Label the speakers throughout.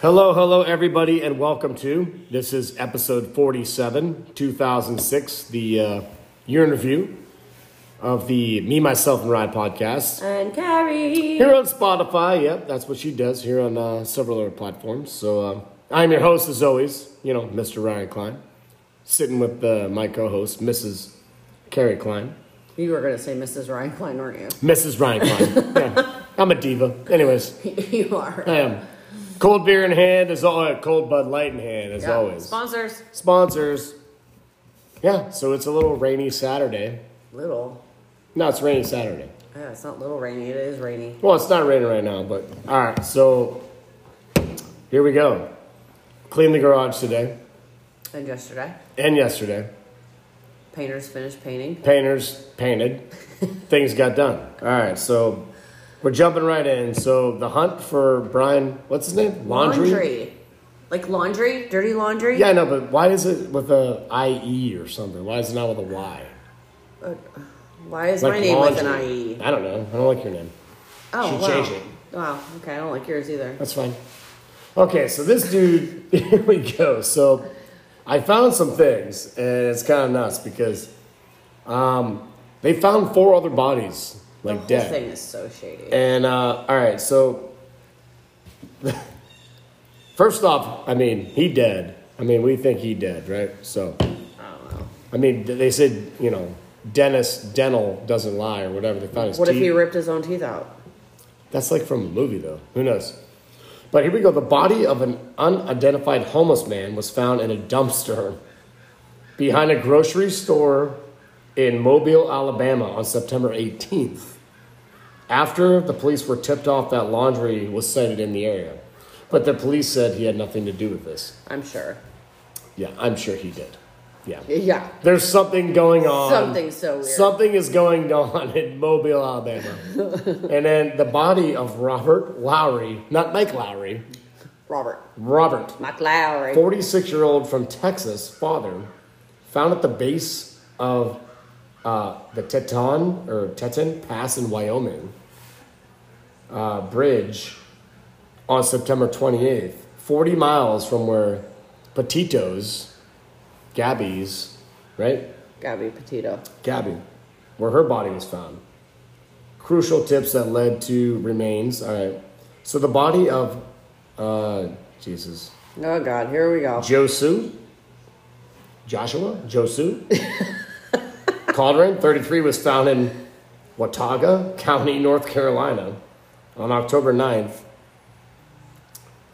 Speaker 1: Hello, hello, everybody, and welcome to this is episode 47, 2006, the uh, year in review of the Me, Myself, and Ride podcast.
Speaker 2: And Carrie.
Speaker 1: Here on Spotify, yep, that's what she does here on uh, several other platforms. So uh, I'm your host, as always, you know, Mr. Ryan Klein, sitting with uh, my co host, Mrs. Carrie Klein.
Speaker 2: You were going to say Mrs. Ryan Klein, weren't you?
Speaker 1: Mrs. Ryan Klein. yeah, I'm a diva. Anyways,
Speaker 2: you are.
Speaker 1: I am. Cold beer in hand, as always, cold Bud Light in hand, as
Speaker 2: Yeah.
Speaker 1: always.
Speaker 2: Sponsors.
Speaker 1: sponsors. Yeah, so it's a little rainy Saturday.
Speaker 2: Little.
Speaker 1: No, it's rainy Saturday.
Speaker 2: Yeah, it's not little rainy. It is rainy.
Speaker 1: Well, it's not raining right now, but all right. So here we go. Cleaned the garage today
Speaker 2: And yesterday,
Speaker 1: and yesterday.
Speaker 2: painters finished painting.
Speaker 1: Painters painted. Things got done. All right, so we're jumping right in. So the hunt for Brian, what's his name?
Speaker 2: Like laundry? Dirty laundry?
Speaker 1: Yeah, I know, but why is it with a IE or something? Why is it not with a Y?
Speaker 2: Why is my
Speaker 1: Like
Speaker 2: name with an E.
Speaker 1: laundry.
Speaker 2: IE?
Speaker 1: I don't know. I don't like your name.
Speaker 2: Oh,
Speaker 1: should
Speaker 2: wow.
Speaker 1: change it.
Speaker 2: Wow. Okay, I don't like yours either.
Speaker 1: That's fine. Okay, so this dude, here we go. So I found some things, and it's kind of nuts because um, they found four other bodies,
Speaker 2: The
Speaker 1: like
Speaker 2: whole
Speaker 1: dead.
Speaker 2: thing is so shady.
Speaker 1: And uh, all right, so first off, I mean, he dead. I mean, we think he dead, right? So,
Speaker 2: I don't know.
Speaker 1: I mean, they said you know, dentist dental doesn't lie or whatever. They found his
Speaker 2: What if
Speaker 1: teeth.
Speaker 2: he ripped his own teeth out?
Speaker 1: That's like from a movie, though. Who knows? But here we go. The body of an unidentified homeless man was found in a dumpster behind a grocery store in Mobile, Alabama on September 18th after the police were tipped off that laundry was sighted in the area. But the police said he had nothing to do with this.
Speaker 2: I'm sure.
Speaker 1: Yeah, I'm sure he did. Yeah.
Speaker 2: Yeah.
Speaker 1: There's something going on.
Speaker 2: Something so weird.
Speaker 1: Something is going on in Mobile, Alabama. and then the body of Robert Lowry, not Mike Lowry,
Speaker 2: Robert.
Speaker 1: Robert,
Speaker 2: McLowry.
Speaker 1: 46 year old from Texas, father, found at the base of uh, the Teton or Teton Pass in Wyoming uh, bridge on September 28th, 40 miles from where Petitos, Gabby's, right?
Speaker 2: Gabby Petito.
Speaker 1: Gabby, where her body was found. Crucial tips that led to remains. All right. So the body of, uh, Jesus,
Speaker 2: Oh, God. Here we go.
Speaker 1: Josu, Joshua, Josu, Calderon, 33, was found in Watauga County, North Carolina on October 9th.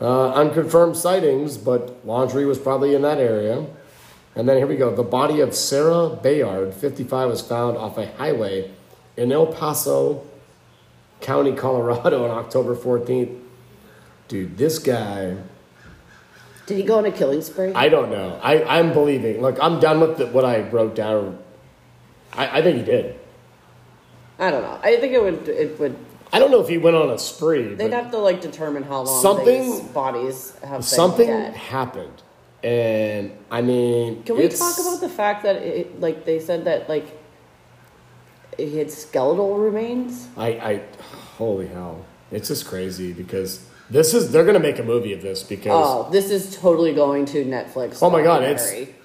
Speaker 1: Uh, unconfirmed sightings, but laundry was probably in that area. And then here we go. The body of Sarah Bayard, 55, was found off a highway in El Paso County, Colorado on October 14th. Dude, this guy.
Speaker 2: Did he go on a killing spree?
Speaker 1: I don't know. I, I'm believing. Look, I'm done with the, what I wrote down. I, I think he did.
Speaker 2: I don't know. I think it would. It would.
Speaker 1: I don't know if he went on a spree,
Speaker 2: They'd
Speaker 1: but
Speaker 2: have to like determine how long
Speaker 1: Something-
Speaker 2: these bodies have
Speaker 1: something
Speaker 2: been dead.
Speaker 1: happened. And I mean,
Speaker 2: Can we
Speaker 1: it's-
Speaker 2: talk about the fact that it, like they said that like it had skeletal remains?
Speaker 1: I, I, holy hell, it's just crazy because this is they're gonna make a movie of this because
Speaker 2: Oh, this is totally going to Netflix.
Speaker 1: oh my god, it's
Speaker 2: documentary.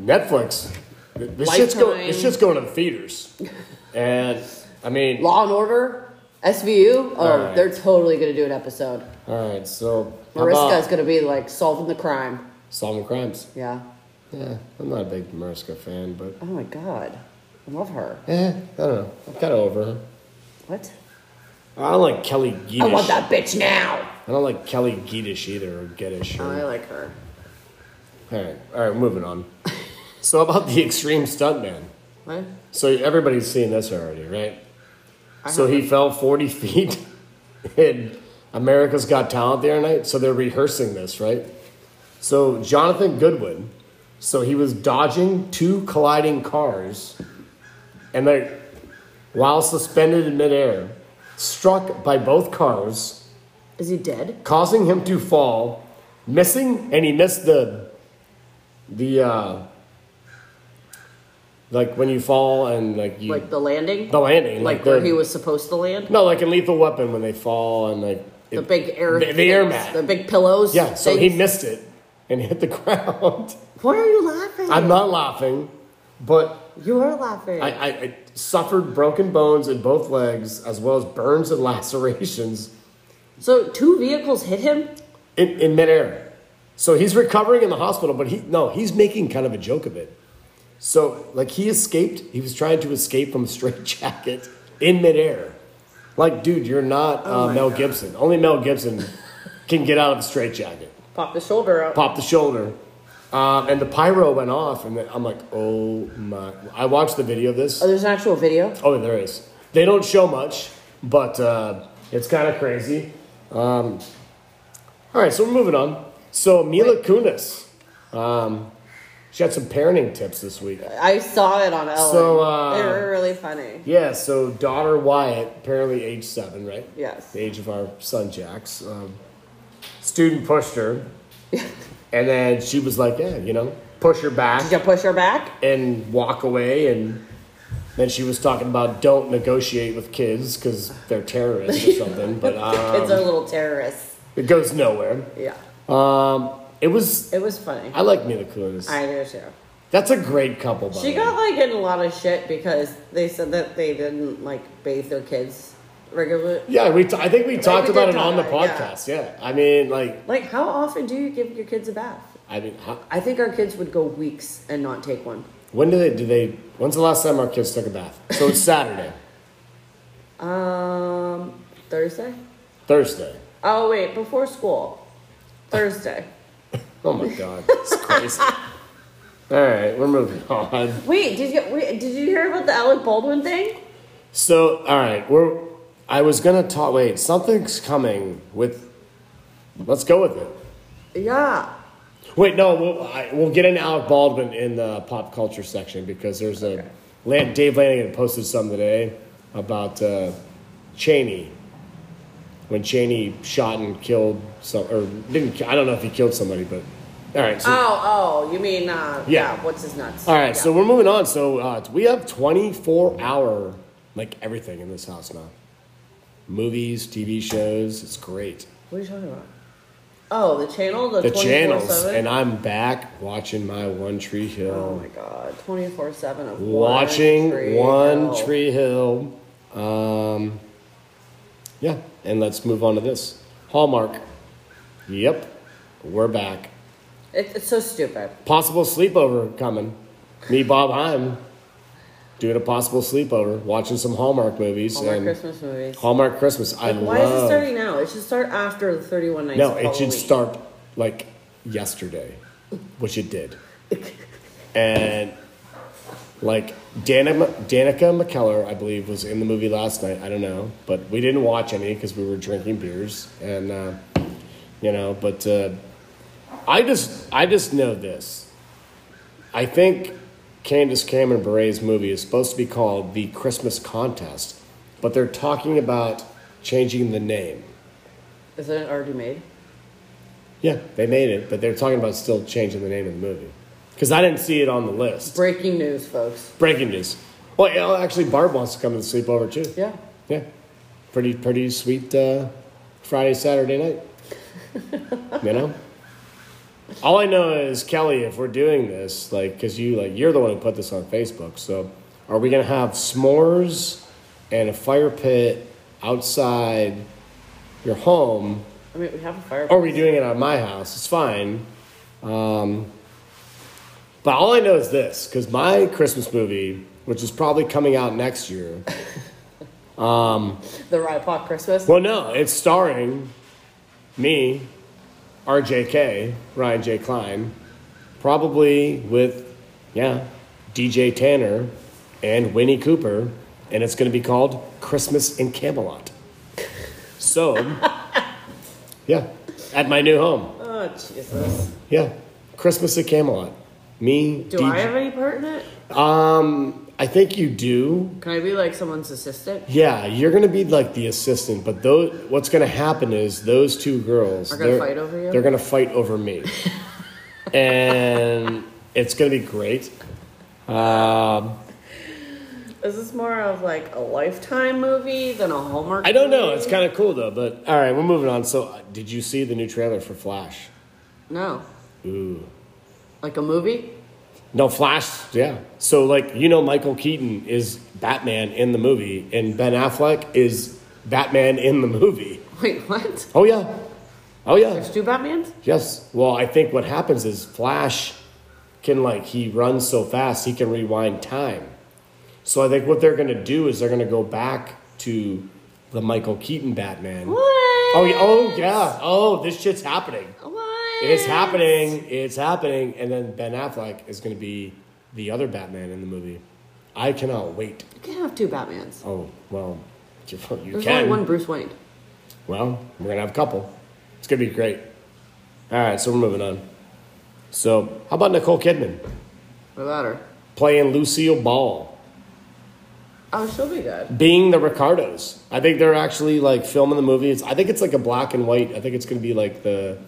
Speaker 1: Netflix. This shit's, go,
Speaker 2: Lifetime.
Speaker 1: this shit's going to the theaters, and I mean,
Speaker 2: Law and Order, SVU. Oh,
Speaker 1: Alright.
Speaker 2: they're totally going to do an episode.
Speaker 1: all right, so how about
Speaker 2: Mariska is going to be like solving the crime.
Speaker 1: solving crimes.
Speaker 2: Yeah.
Speaker 1: Yeah, I'm not a big Mariska fan, but
Speaker 2: Oh my god, I love her.
Speaker 1: Eh, I don't know. I'm kind of over her.
Speaker 2: What?
Speaker 1: I don't like Kelly Geedish.
Speaker 2: I want that bitch now.
Speaker 1: I don't like Kelly Geedish either, or Geddish. Or...
Speaker 2: like her.
Speaker 1: All right, all right, moving on. so about the extreme stuntman.
Speaker 2: What?
Speaker 1: So everybody's seen this already, right? So he fell 40 feet in America's Got Talent the other night. So they're rehearsing this, right? So Jonathan Goodwin, so he was dodging two colliding cars and they, while suspended in midair, struck by both cars,
Speaker 2: Is he dead?
Speaker 1: causing him to fall, missing, and he missed the, the, uh, Like when you fall and like you
Speaker 2: like the landing,
Speaker 1: the landing,
Speaker 2: like,
Speaker 1: like,
Speaker 2: where
Speaker 1: the-
Speaker 2: he was supposed to land.
Speaker 1: No, like in Lethal Weapon when they fall and like
Speaker 2: the
Speaker 1: it-
Speaker 2: big air,
Speaker 1: the, the air mat.
Speaker 2: the big pillows.
Speaker 1: yeah, so he
Speaker 2: things.
Speaker 1: missed it and hit the ground.
Speaker 2: Why are you laughing?
Speaker 1: I'm not laughing, but
Speaker 2: You are laughing.
Speaker 1: I, I, I suffered broken bones in both legs as well as burns and lacerations
Speaker 2: so two vehicles hit him.
Speaker 1: in, in midair. So he's recovering in the hospital, but he no, he's making kind of a joke of it. So like he escaped, he was trying to escape from a straitjacket in midair. Like, dude, you're not uh, Mel Gibson. Only Mel Gibson can get out of the straitjacket.
Speaker 2: Pop his shoulder out.
Speaker 1: Pop the shoulder. Um, and the pyro went off, and then I'm like, oh my! I watched the video of this.
Speaker 2: Oh, there's an actual video.
Speaker 1: Oh, there is. They don't show much, but uh, it's kind of crazy. Um, all right, so we're moving on. So Mila Kunis, um, she had some parenting tips this week.
Speaker 2: I saw it on Ellen.
Speaker 1: So, uh,
Speaker 2: they were really funny.
Speaker 1: Yeah, so daughter Wyatt, apparently age seven, right?
Speaker 2: Yes.
Speaker 1: The age of our son Jax. Um, student pushed her, and then she was like, "Yeah, you know, push her back."
Speaker 2: Did you push her back?
Speaker 1: and walk away and then she was talking about don't negotiate with kids because they're terrorists or something but
Speaker 2: Kids
Speaker 1: um,
Speaker 2: are little terrorists.
Speaker 1: it goes nowhere
Speaker 2: Yeah.
Speaker 1: um, it was
Speaker 2: It was funny.
Speaker 1: i like mila kunis
Speaker 2: I do too.
Speaker 1: that's a great couple by
Speaker 2: She
Speaker 1: the way.
Speaker 2: got like in a lot of shit because they said that they didn't like bathe their kids regularly.
Speaker 1: yeah we t- i think we talked
Speaker 2: we
Speaker 1: about
Speaker 2: did
Speaker 1: it on the
Speaker 2: talk about it, yeah.
Speaker 1: podcast yeah. i mean like
Speaker 2: Like, how often do you give your kids a bath?
Speaker 1: i mean how,
Speaker 2: I think our kids would go weeks and not take one.
Speaker 1: when do they do they when's the last time our kids took a bath so it's saturday
Speaker 2: Um, Thursday?
Speaker 1: thursday
Speaker 2: Oh, wait, before school. Thursday.
Speaker 1: oh my god it's crazy all right we're moving on
Speaker 2: Wait, did you wait, did you hear about the Alec Baldwin thing?
Speaker 1: So, all right, we're. I was gonna talk. Wait, something's coming with. Let's go with it.
Speaker 2: Yeah.
Speaker 1: Wait, no, we'll, I, we'll get into Alec Baldwin in the pop culture section because there's a. Lan- Dave Lanigan posted some today about uh, Cheney. When Cheney shot and killed some, or didn't, ki- I don't know if he killed somebody, but. All right, so.
Speaker 2: Oh, oh, you mean uh
Speaker 1: Yeah.
Speaker 2: yeah, what's his nuts?
Speaker 1: All right,
Speaker 2: Yeah.
Speaker 1: so we're moving on. So uh, we have 24 hour, like everything in this house now movies, TV shows. It's great.
Speaker 2: what are you talking about? Oh, the channel, the,
Speaker 1: The
Speaker 2: 24/7?
Speaker 1: channels. And I'm back watching my One Tree
Speaker 2: Oh
Speaker 1: Hill.
Speaker 2: my god, twenty four seven of
Speaker 1: watching
Speaker 2: one tree. Oh.
Speaker 1: One
Speaker 2: Hill.
Speaker 1: Tree Hill. Um, yeah, and let's move on to this Hallmark. Yep, we're back.
Speaker 2: It, it's so stupid.
Speaker 1: Possible sleepover coming. Me, Bob Heim, doing a possible sleepover, watching some Hallmark movies.
Speaker 2: All my
Speaker 1: and
Speaker 2: Christmas movies.
Speaker 1: Hallmark Christmas. I
Speaker 2: Why
Speaker 1: love.
Speaker 2: is it starting now? It should start after the thirty one nights.
Speaker 1: No,
Speaker 2: of
Speaker 1: it should
Speaker 2: Halloween.
Speaker 1: start like yesterday, which it did. and like Danica, Danica McKellar, I believe, was in the movie last night. I don't know, but we didn't watch any because we were drinking beers, and uh, you know. But uh, I just, I just know this. I think Candace Cameron Bure's movie is supposed to be called The Christmas Contest, but they're talking about changing the name.
Speaker 2: Is it already made?
Speaker 1: Yeah, they made it, but they're talking about still changing the name of the movie. Because I didn't see it on the list.
Speaker 2: Breaking news, folks.
Speaker 1: Breaking news. Well, yeah, actually, Barb wants to come and sleep over too.
Speaker 2: Yeah.
Speaker 1: Yeah. Pretty, pretty sweet uh, Friday, Saturday night. you know? All I know is, Kelly, if we're doing this, like, because you, like, you're the one who put this on Facebook. So are we going to have s'mores and a fire pit outside your home?
Speaker 2: I mean, we have a fire.
Speaker 1: Or are we doing it at my house? It's fine. Um, but all I know is this because my Christmas movie, which is probably coming out next year,
Speaker 2: the Rypok Christmas.
Speaker 1: well, no, it's starring me, RJK, Ryan J. Klein, probably with, yeah, DJ Tanner and Winnie Cooper, and it's going to be called Christmas in Camelot. So, yeah, at my new home.
Speaker 2: Oh Jesus!
Speaker 1: Yeah, Christmas at Camelot. Me,
Speaker 2: Do I have any part in it?
Speaker 1: um, I think you do.
Speaker 2: Can I be like someone's assistant?
Speaker 1: Yeah, you're gonna be like the assistant, but those, what's gonna happen is those two girls
Speaker 2: Are gonna
Speaker 1: they're-
Speaker 2: fight over you?
Speaker 1: They're gonna fight over me, and it's gonna be great.
Speaker 3: Um,
Speaker 4: Is this more of like a lifetime movie than a Hallmark?
Speaker 1: I don't know.
Speaker 4: movie?
Speaker 1: It's kind of cool though. But all right, we're moving on. So, uh, did you see the new trailer for Flash?
Speaker 4: no,
Speaker 1: Ooh.
Speaker 4: like a movie.
Speaker 1: No, Flash. Yeah. So, like, you know, Michael Keaton is Batman in the movie, and Ben Affleck is Batman in the movie.
Speaker 4: Wait, what?
Speaker 1: Oh yeah. Oh yeah.
Speaker 4: There's two Batmans.
Speaker 1: Yes. Well, I think what happens is Flash can like he runs so fast he can rewind time. So I think what they're gonna do is they're gonna go back to the Michael Keaton Batman.
Speaker 4: What?
Speaker 1: Oh yeah. Oh yeah. Oh, this shit's happening.
Speaker 4: What?
Speaker 1: It's happening. It's happening. And then Ben Affleck is gonna be the other Batman in the movie. I cannot wait.
Speaker 4: You can't have two Batmans.
Speaker 1: Oh well, you
Speaker 4: There's
Speaker 1: can.
Speaker 4: only one Bruce Wayne.
Speaker 1: Well, we're gonna have a couple. It's gonna be great. All right, so we're moving on. So, how about Nicole Kidman
Speaker 4: What about her?
Speaker 1: playing Lucille Ball,
Speaker 4: Oh, she'll be good.
Speaker 1: being the Ricardos? I think they're actually like filming the movie. It's, I think it's like a black and white. I think it's gonna be like the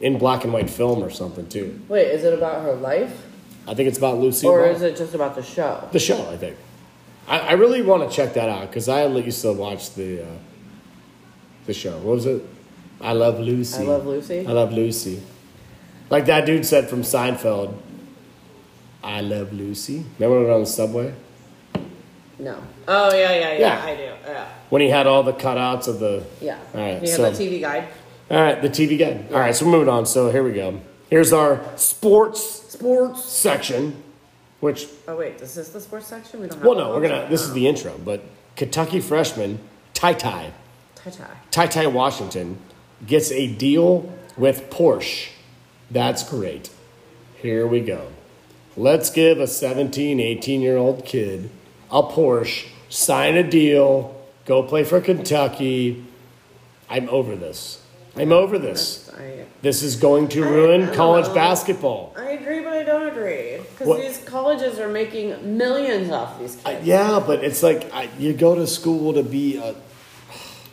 Speaker 1: in black and white film or something too.
Speaker 4: Wait, is it about her life
Speaker 1: I think it's about Lucille.
Speaker 4: or
Speaker 1: Ball.
Speaker 4: is it just about the show?
Speaker 1: the show? I think. I, I really want to check that out because I used to watch the uh, the show. What was it? I love Lucy.
Speaker 4: I love Lucy.
Speaker 1: I love Lucy. Like that dude said from Seinfeld, I love Lucy. Remember when we were on the subway?
Speaker 4: No. Oh yeah, yeah, yeah.
Speaker 1: Yeah.
Speaker 4: I do. Yeah.
Speaker 1: When he had all the cutouts of the.
Speaker 4: Yeah.
Speaker 1: All right,
Speaker 4: You have
Speaker 1: so-
Speaker 4: a TV guide.
Speaker 1: All right, the TV guide. All right, so we're moving on. So here we go. Here's our sports sports section, which,
Speaker 4: Oh wait, is this the sports section? We don't have.
Speaker 1: well,
Speaker 4: one?
Speaker 1: no, we're gonna, this is the intro, but Kentucky freshman Ty Ty,
Speaker 4: Ta-ta.
Speaker 1: Ty Ty Washington, gets a deal with Porsche. That's great. Here we go. Let's give a 17, 18 year old kid a Porsche, sign a deal, go play for Kentucky. I'm over this. I'm over this.
Speaker 4: I,
Speaker 1: This is going to ruin college basketball.
Speaker 4: I agree, but I don't agree because
Speaker 1: What-
Speaker 4: these colleges are making millions off these
Speaker 1: I-
Speaker 4: kids.
Speaker 1: Uh, yeah, but it's like I, you go to school to be a.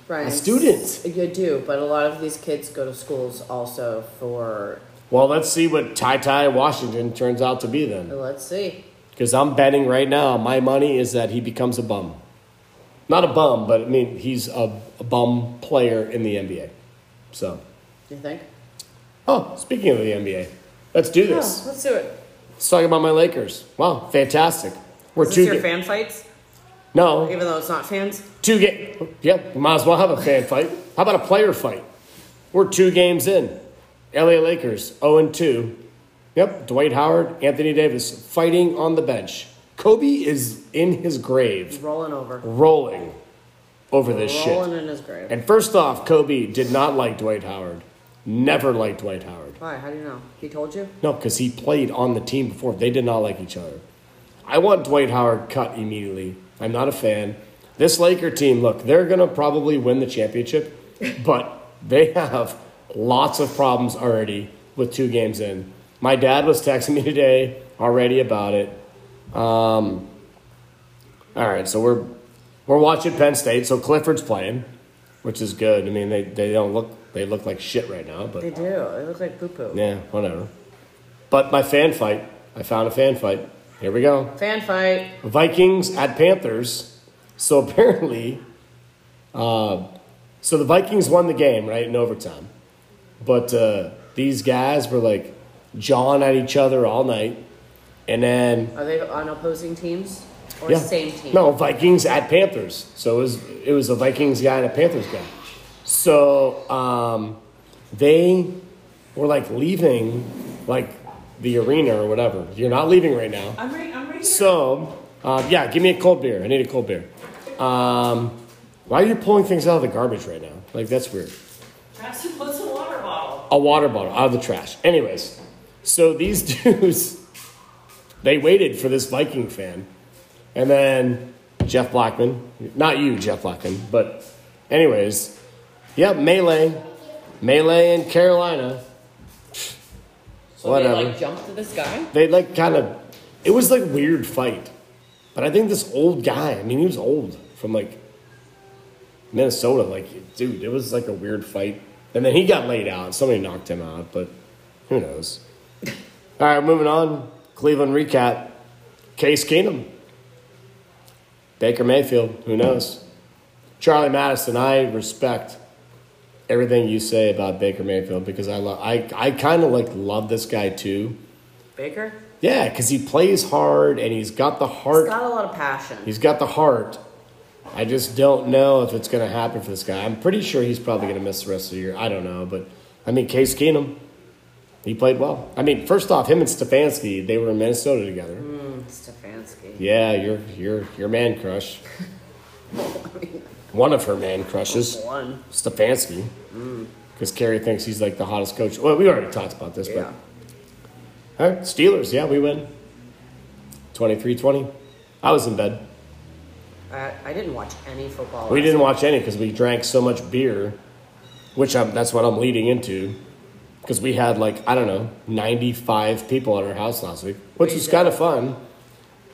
Speaker 4: Right.
Speaker 1: A student.
Speaker 4: You do, but a lot of these kids go to schools also for.
Speaker 1: Well, let's see what Ty Ty Washington turns out to be then.
Speaker 4: Let's see.
Speaker 1: Because I'm betting right now, my money is that he becomes a bum. Not a bum, but I mean, he's a, a bum player in the NBA. So,
Speaker 4: You think?
Speaker 1: oh, speaking of the NBA, let's do
Speaker 4: Oh,
Speaker 1: this.
Speaker 4: let's do it.
Speaker 1: Let's talk about my Lakers. Wow, fantastic. We're
Speaker 4: Is this
Speaker 1: two
Speaker 4: your
Speaker 1: ga-
Speaker 4: fan fights?
Speaker 1: No,
Speaker 4: Even though it's not fans.
Speaker 1: two game. Yep, might as well have a fan fight. How about a player fight? We're two games in. LA Lakers, 0 and 2. Yep, Dwight Howard, Anthony Davis fighting on the bench. Kobe is in his grave.
Speaker 4: Rolling over.
Speaker 1: rolling over Oh, this
Speaker 4: Rolling
Speaker 1: shit.
Speaker 4: in his grave.
Speaker 1: And first off, Kobe did not like Dwight Howard. Never liked Dwight Howard.
Speaker 4: Why? How do you know? He told you.
Speaker 1: No, because he played on the team before. They did not like each other. I want Dwight Howard cut immediately. I'm not a fan. This Laker team, look, they're going to probably win the championship, but they have lots of problems already with two games in. My dad was texting me today already about it. Um, all right, so we're we're watching Penn State. So Clifford's playing, which is good. I mean, they, they don't look they look like shit right now, but
Speaker 4: They do. They look like poo poo.
Speaker 1: yeah, whatever. But my fan fight, I found a fan fight. Here we go.
Speaker 4: Fan fight.
Speaker 1: Vikings at Panthers. So apparently, uh, so the Vikings won the game, right, in overtime. But uh, these guys were like jawing at each other all night. And then,
Speaker 4: Are they on opposing teams or
Speaker 1: yeah.
Speaker 4: same team?
Speaker 1: No, Vikings at Panthers. So it was, it was a Vikings guy and a Panthers guy. So um, they were like leaving, like the arena or whatever. You're not leaving right now.
Speaker 4: I'm right. I'm right.
Speaker 1: So, uh, yeah, give me a cold beer. I need a cold beer. Um, why are you pulling things out of the garbage right now? Like, that's weird.
Speaker 2: Perhaps it was a water bottle.
Speaker 1: A water bottle out of the trash. Anyways, so these dudes, they waited for this Viking fan. And then Jeff Blackman, not you, Jeff Blackman, but anyways, yep, Melee, Melee in Carolina.
Speaker 4: So
Speaker 1: Whatever.
Speaker 4: they like jumped to this guy.
Speaker 1: They like kind of, it was like weird fight, but I think this old guy. I mean, he was old from like Minnesota. Like, dude, it was like a weird fight, and then he got laid out. Somebody knocked him out, but who knows? All right, moving on. Cleveland recap. Case Keenum, Baker Mayfield, who knows? Charlie Madison, I respect everything you say about Baker Mayfield because I love, I, I kind of like love this guy too.
Speaker 4: Baker?
Speaker 1: Yeah, because he plays hard and he's got the heart.
Speaker 4: He's got a lot of passion.
Speaker 1: He's got the heart. I just don't know if it's going to happen for this guy. I'm pretty sure he's probably going to miss the rest of the year. I don't know, but I mean, Case Keenum, he played well. I mean, first off, him and Stefanski, they were in Minnesota together.
Speaker 4: Stefanski.
Speaker 1: Yeah, your your your man crush. One of her man crushes,
Speaker 4: One.
Speaker 1: Stefanski, because Kerry thinks he's like the hottest coach. Well, we already talked about this,
Speaker 4: Yeah.
Speaker 1: but all right, Steelers, yeah, we win. 23-20. I was in bed.
Speaker 4: I, I didn't watch any football.
Speaker 1: We
Speaker 4: last
Speaker 1: didn't watch any because we drank so much beer, which I'm, that's what I'm leading into. Because we had like I don't know 95 people at our house last week, which was kind of fun.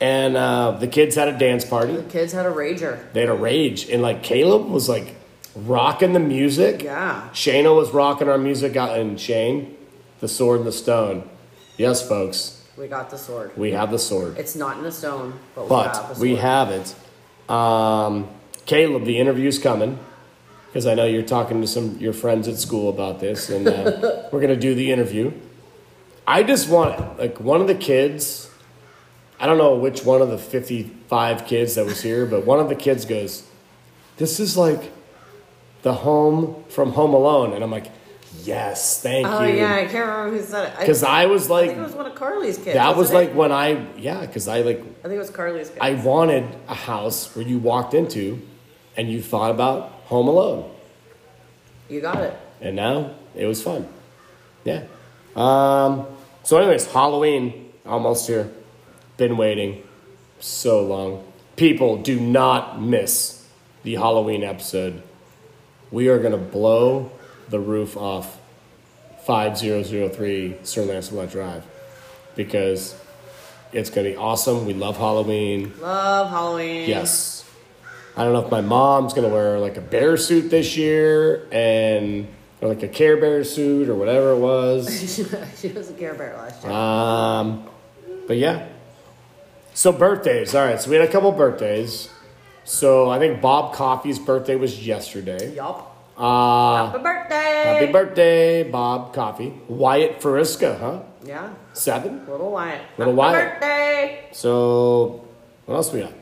Speaker 1: And uh, the kids had a dance party.
Speaker 4: The kids had a rager.
Speaker 1: They had a rage, and like Caleb was like rocking the music.
Speaker 4: Yeah.
Speaker 1: Shayna was rocking our music out, and Shane, the sword and the stone. Yes, folks,
Speaker 4: We got the sword.
Speaker 1: we have the sword.
Speaker 4: It's not in the stone, but we have the
Speaker 1: But
Speaker 4: sword.
Speaker 1: we have it. Um, Caleb, the interview's coming because I know you're talking to some your friends at school about this, and uh, we're gonna do the interview. I just want like one of the kids. I don't know which one of the 55 kids that was here, but one of the kids goes, "This is like the home from Home Alone," and I'm like, "Yes, thank
Speaker 4: Oh
Speaker 1: you."
Speaker 4: yeah, I can't remember who said it. I-
Speaker 1: Because I was
Speaker 4: I
Speaker 1: like,
Speaker 4: think it was one of Carly's kids.
Speaker 1: that was
Speaker 4: wasn't
Speaker 1: like when I yeah, because I like
Speaker 4: it? I think it was Carly's kids.
Speaker 1: I wanted a house where you walked into and you thought about Home Alone.
Speaker 4: you got it.
Speaker 1: And now it was fun. Yeah. Um, so, anyways, Halloween almost here. Been waiting so long. People, do not miss the Halloween episode. We are going to blow the roof off 5003 Sir Lancelot Drive because it's going to be awesome. We love Halloween.
Speaker 4: Love Halloween.
Speaker 1: Yes. I don't know if my mom's gonna wear like a bear suit this year and or like a Care Bear suit or whatever it was.
Speaker 4: she was a Care Bear last year.
Speaker 1: Um, but yeah. So birthdays. All right. So we had a couple birthdays. So I think Bob Coffey's birthday was yesterday.
Speaker 4: yup.
Speaker 1: Uh,
Speaker 4: Happy birthday.
Speaker 1: happy birthday, Bob Coffey. Wyatt Fariska, huh?
Speaker 4: Yeah.
Speaker 1: Seven.
Speaker 4: Little Wyatt.
Speaker 1: Little
Speaker 4: Happy
Speaker 1: Wyatt.
Speaker 4: birthday.
Speaker 1: So what else we got?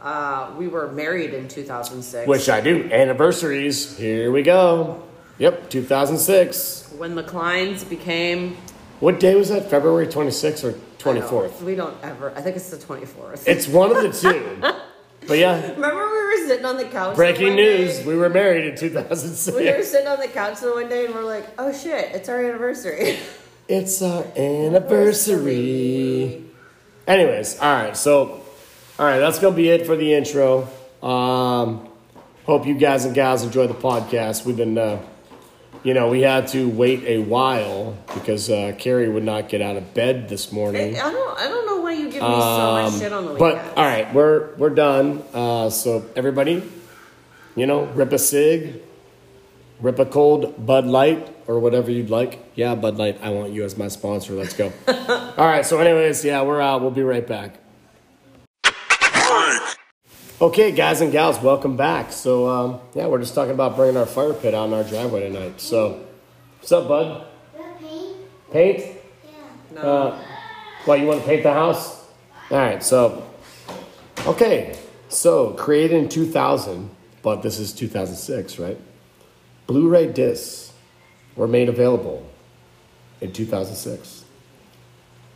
Speaker 4: Uh, we were married in 2006.
Speaker 1: Which I do. Anniversaries. Here we go. Yep, 2006.
Speaker 4: when the Kleins became
Speaker 1: What day was that? February 26th or
Speaker 4: I don't know,
Speaker 1: 24th?
Speaker 4: We don't ever. I think it's the 24th.
Speaker 1: It's one of the two. but yeah,
Speaker 4: Remember we were sitting on the couch.
Speaker 1: breaking
Speaker 4: one day?
Speaker 1: news. We were married in
Speaker 4: We were
Speaker 1: 2006.
Speaker 4: sitting on the couch the one day and we're like, oh shit, it's our anniversary.
Speaker 1: It's our anniversary. Anyways, all right. So, all right, that's going to be it for the intro. Um, hope you guys and gals enjoy the podcast. We've been, uh, you know, we had to wait a while because uh, Carrie would not get out of bed this
Speaker 4: I
Speaker 1: morning.
Speaker 4: don't. I don't know why you give me so much
Speaker 1: Um,
Speaker 4: shit on the
Speaker 1: but
Speaker 4: weekends.
Speaker 1: all right, we're we're done. Uh, so everybody, you know, rip a cig, rip a cold Bud Light or whatever you'd like. Yeah, Bud Light. I want you as my sponsor. Let's go. all right. So, anyways, yeah, we're out. We'll be right back. Okay, guys and gals, welcome back. So, um, yeah, we're just talking about bringing our fire pit out in our driveway tonight. So, what's up, bud? Paint? Uh,
Speaker 4: No.
Speaker 1: What, you want to paint the house? All right, so, okay, so created in 2000, but this is 2006, right? Blu ray discs were made available in 2006.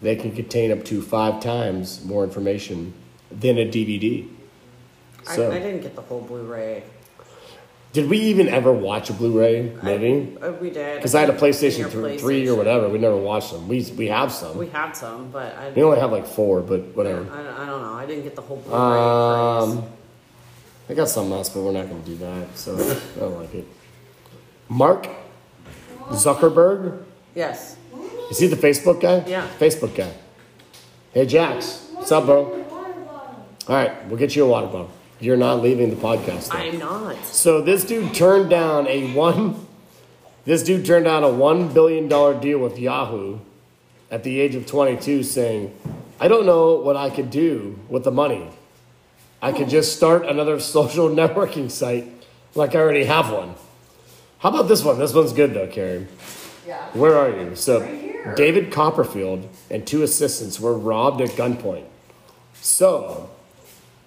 Speaker 1: They can contain up to five times more information than a DVD.
Speaker 4: I,
Speaker 1: So,
Speaker 4: I didn't get the whole Blu-ray.
Speaker 1: did we even ever watch a Blu ray movie?
Speaker 4: Uh, we did.
Speaker 1: Because I had a
Speaker 4: Your
Speaker 1: PlayStation, th- 3 or
Speaker 4: PlayStation.
Speaker 1: whatever. We never watched them. We, we have some.
Speaker 4: We
Speaker 1: We,
Speaker 4: had some, but I,
Speaker 1: only have like four, but
Speaker 4: I,
Speaker 1: whatever.
Speaker 4: don't, I don't know. I didn't get the whole Blu-ray. craze.
Speaker 1: Um, I got something else, but we're not going to do that. So I don't like it. Mark Zuckerberg
Speaker 4: yes.
Speaker 1: is he the Facebook guy?
Speaker 4: Yeah.
Speaker 1: Facebook guy. Hey Jax, what's up, bro? All right, we'll get you a water bottle. You're not leaving the podcast. though.
Speaker 4: I'm not.
Speaker 1: So this dude turned down a one. This dude turned down a one billion dollar deal with Yahoo at the age of 22, saying, I don't know what I could do with the money. I could just start another social networking site like I already have one. How about this one? This one's good though, Karen.
Speaker 2: Yeah.
Speaker 1: Where are you? So,
Speaker 2: Right here.
Speaker 1: David Copperfield and two assistants were robbed at gunpoint. So,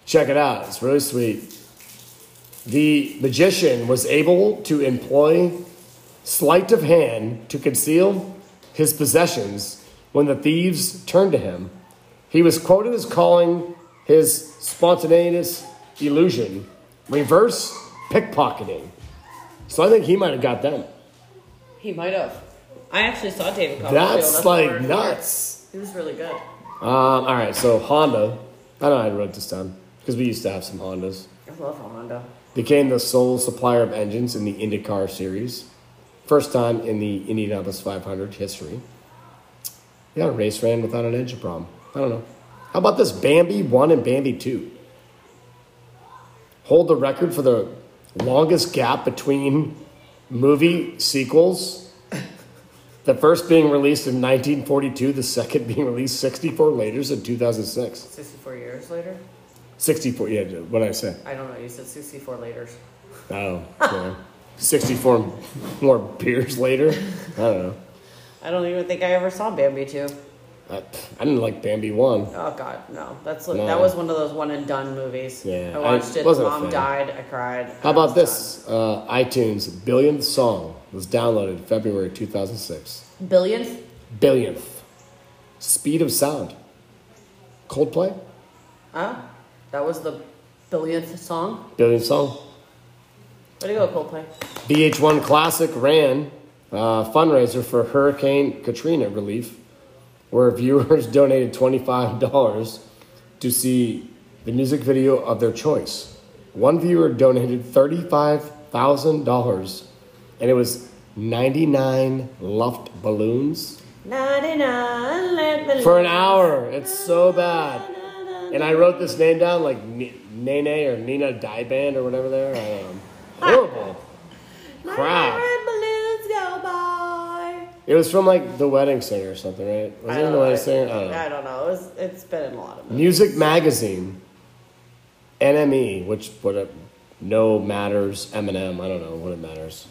Speaker 1: check it out. It's really sweet. The magician was able to employ sleight of hand to conceal his possessions when the thieves turned to him. He was quoted as calling his spontaneous illusion reverse pickpocketing. So, I think he might have got them.
Speaker 4: He might have.
Speaker 2: I actually saw David Copperfield.
Speaker 1: That's like
Speaker 2: where-
Speaker 1: nuts.
Speaker 2: It was really good.
Speaker 1: Um, all right, so Honda. I don't know how I wrote this down because we used to have some Hondas.
Speaker 2: I love Honda.
Speaker 1: Became the sole supplier of engines in the IndyCar series. First time in the Indianapolis 500 history. Yeah, a race ran without an engine problem. I don't know. How about this Bambi 1 and Bambi 2? Hold the record for the longest gap between movie sequels. The first being released in 1942, the second being released 64 later in 2006.
Speaker 2: 64 years later?
Speaker 1: 64, yeah, what did I say?
Speaker 2: I don't know. You said 64 later.
Speaker 1: Oh, yeah. 64 more beers later. I don't know.
Speaker 2: I don't even think I ever saw Bambi 2.
Speaker 1: I, I didn't like Bambi 1.
Speaker 2: Oh, God, no. That's
Speaker 1: No.
Speaker 2: That was one of those one and done movies.
Speaker 1: Yeah,
Speaker 2: I watched
Speaker 1: I
Speaker 2: it.
Speaker 1: wasn't a
Speaker 2: Mom
Speaker 1: fan.
Speaker 2: died. I cried.
Speaker 1: How
Speaker 2: I
Speaker 1: about
Speaker 2: was done.
Speaker 1: this? Uh, iTunes billionth song was downloaded February 2006.
Speaker 2: Billionth?
Speaker 1: Billionth. Speed of sound. Coldplay?
Speaker 2: Huh? That was the billionth song?
Speaker 1: Billionth song.
Speaker 2: Way to go, Coldplay.
Speaker 1: BH1 Classic ran a fundraiser for Hurricane Katrina relief, where viewers donated $25 to see the music video of their choice. One viewer donated $35,000, and it was 99 luft balloons
Speaker 2: 99, let me
Speaker 1: for an hour. It's so bad. And I wrote this name down like Ni- Nene or Nina Dieband or whatever they are. I don't know. Horrible. Crap.
Speaker 2: balloons go by.
Speaker 1: It was from like The Wedding Singer or something, right? Was
Speaker 2: I
Speaker 1: it
Speaker 2: don't
Speaker 1: The
Speaker 2: know.
Speaker 1: Wedding Singer? I don't know.
Speaker 2: I don't know. It was, it's been in a lot of movies.
Speaker 1: Music Magazine, NME, which what it, no matters, Eminem, I don't know what it matters.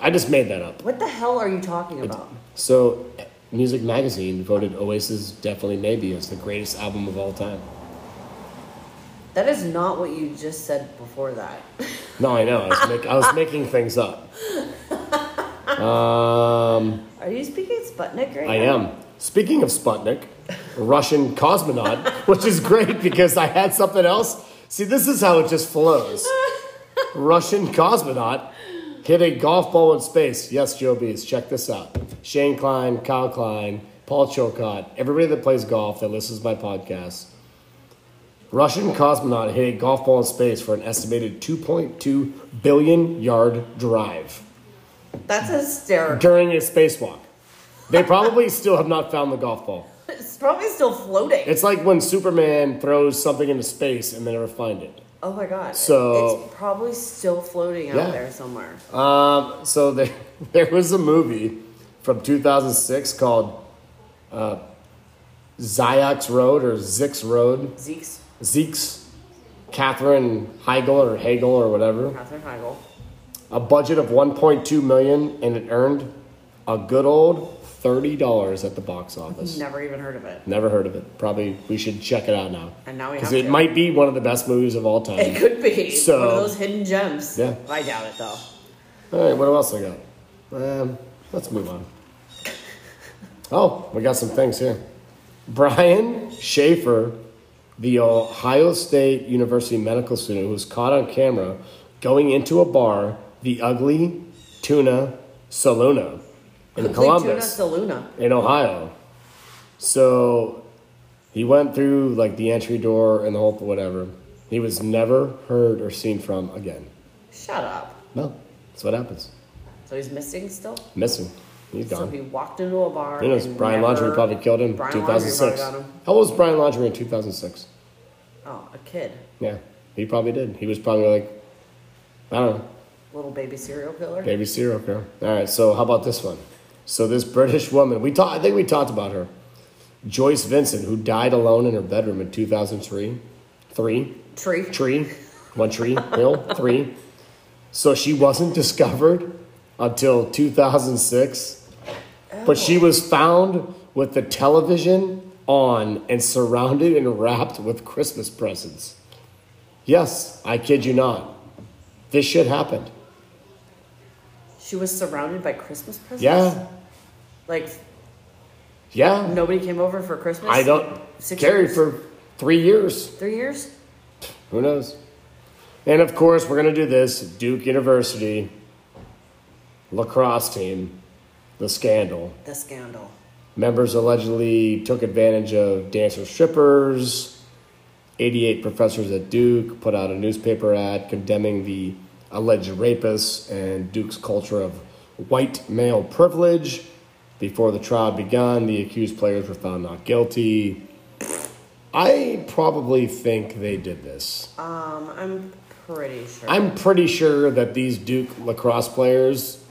Speaker 1: I just made that up.
Speaker 2: What the hell are you talking about?
Speaker 1: So, Music Magazine voted Oasis definitely maybe as the greatest album of all time.
Speaker 2: That is not what you just said before that.
Speaker 1: No, I know. I was, make, I was making things up. Um.
Speaker 2: Are you speaking Sputnik right
Speaker 1: I
Speaker 2: now?
Speaker 1: am. Speaking of Sputnik, Russian cosmonaut, which is great because I had something else. See, this is how it just flows. Russian cosmonaut hit a golf ball in space. Yes, Joe Bees, check this out. Shane Klein, Kyle Klein, Paul Chilcott, everybody that plays golf that listens to my podcast. Russian cosmonaut hit a golf ball in space for an estimated 2.2 billion yard drive
Speaker 2: That's hysterical.
Speaker 1: during a spacewalk. They probably still have not found the golf ball.
Speaker 2: It's probably still floating.
Speaker 1: It's like when Superman throws something into space and they never find it.
Speaker 2: oh my god.
Speaker 1: So-
Speaker 2: it's probably still floating
Speaker 1: Yeah.
Speaker 2: out there somewhere.
Speaker 1: Um, so there, there was a movie from 2006 called uh, Zayak's Road or Zix Road.
Speaker 2: Zeke's
Speaker 1: Zeke's Catherine Heigl or Hagel or whatever.
Speaker 2: Catherine Heigl.
Speaker 1: A budget of 1.2 million and it earned a good old $30 at the box office.
Speaker 2: Never even heard of it.
Speaker 1: Never heard of it. Probably we should check it out now.
Speaker 2: And now we
Speaker 1: Because
Speaker 2: have
Speaker 1: it
Speaker 2: to.
Speaker 1: might be one of the best movies of all time.
Speaker 2: It could be
Speaker 1: So-
Speaker 2: one of those hidden gems.
Speaker 1: Yeah.
Speaker 2: I doubt it though.
Speaker 1: All right, what else I got? Um, let's move on. Oh, we got some things here. Brian Schaefer, the Ohio State University medical student who was caught on camera going into a bar, the Ugly Tuna Saluna in Columbus,
Speaker 2: Tuna Saluna.
Speaker 1: in Ohio. So he went through like the entry door and the whole whatever. He was never heard or seen from again.
Speaker 2: Shut up.
Speaker 1: No, that's what happens.
Speaker 2: So he's missing still.
Speaker 1: Missing. He's
Speaker 2: So
Speaker 1: gone.
Speaker 2: he walked into a bar.
Speaker 1: Who knows?
Speaker 2: and
Speaker 1: Brian
Speaker 2: never-
Speaker 1: Laundrie probably killed him.
Speaker 2: Brian Laundrie probably
Speaker 1: 2006.
Speaker 2: got him.
Speaker 1: How old was Brian Laundrie in 2006?
Speaker 2: Oh, a kid,
Speaker 1: Yeah, he probably did. He was probably like, I don't know,
Speaker 2: little baby serial killer.
Speaker 1: baby serial killer. All right, so how about this one? So this British woman, we talked. I think we talked about her. Joyce Vincent, who died alone in her bedroom in 2003. Three.
Speaker 2: Tree.
Speaker 1: Tree. One tree. Hill. Three. So she wasn't discovered until 2006. But she was found with the television on and surrounded and wrapped with Christmas presents. Yes, I kid you not. This shit happened.
Speaker 2: She was surrounded by Christmas presents.
Speaker 1: Yeah.
Speaker 2: Like
Speaker 1: Yeah.
Speaker 2: nobody came over for Christmas.
Speaker 1: I don't
Speaker 2: Six
Speaker 1: carry
Speaker 2: years?
Speaker 1: for three years.
Speaker 2: Three years.
Speaker 1: Who knows? And of course, we're going to do this Duke University lacrosse team, the scandal.
Speaker 2: The scandal.
Speaker 1: Members allegedly took advantage of dancer strippers. 88 professors at Duke put out a newspaper ad condemning the alleged rapists and Duke's culture of white male privilege. Before the trial began, the accused players were found not guilty. I probably think they did this.
Speaker 2: Um, I'm pretty sure.
Speaker 1: I'm pretty sure that these Duke lacrosse players,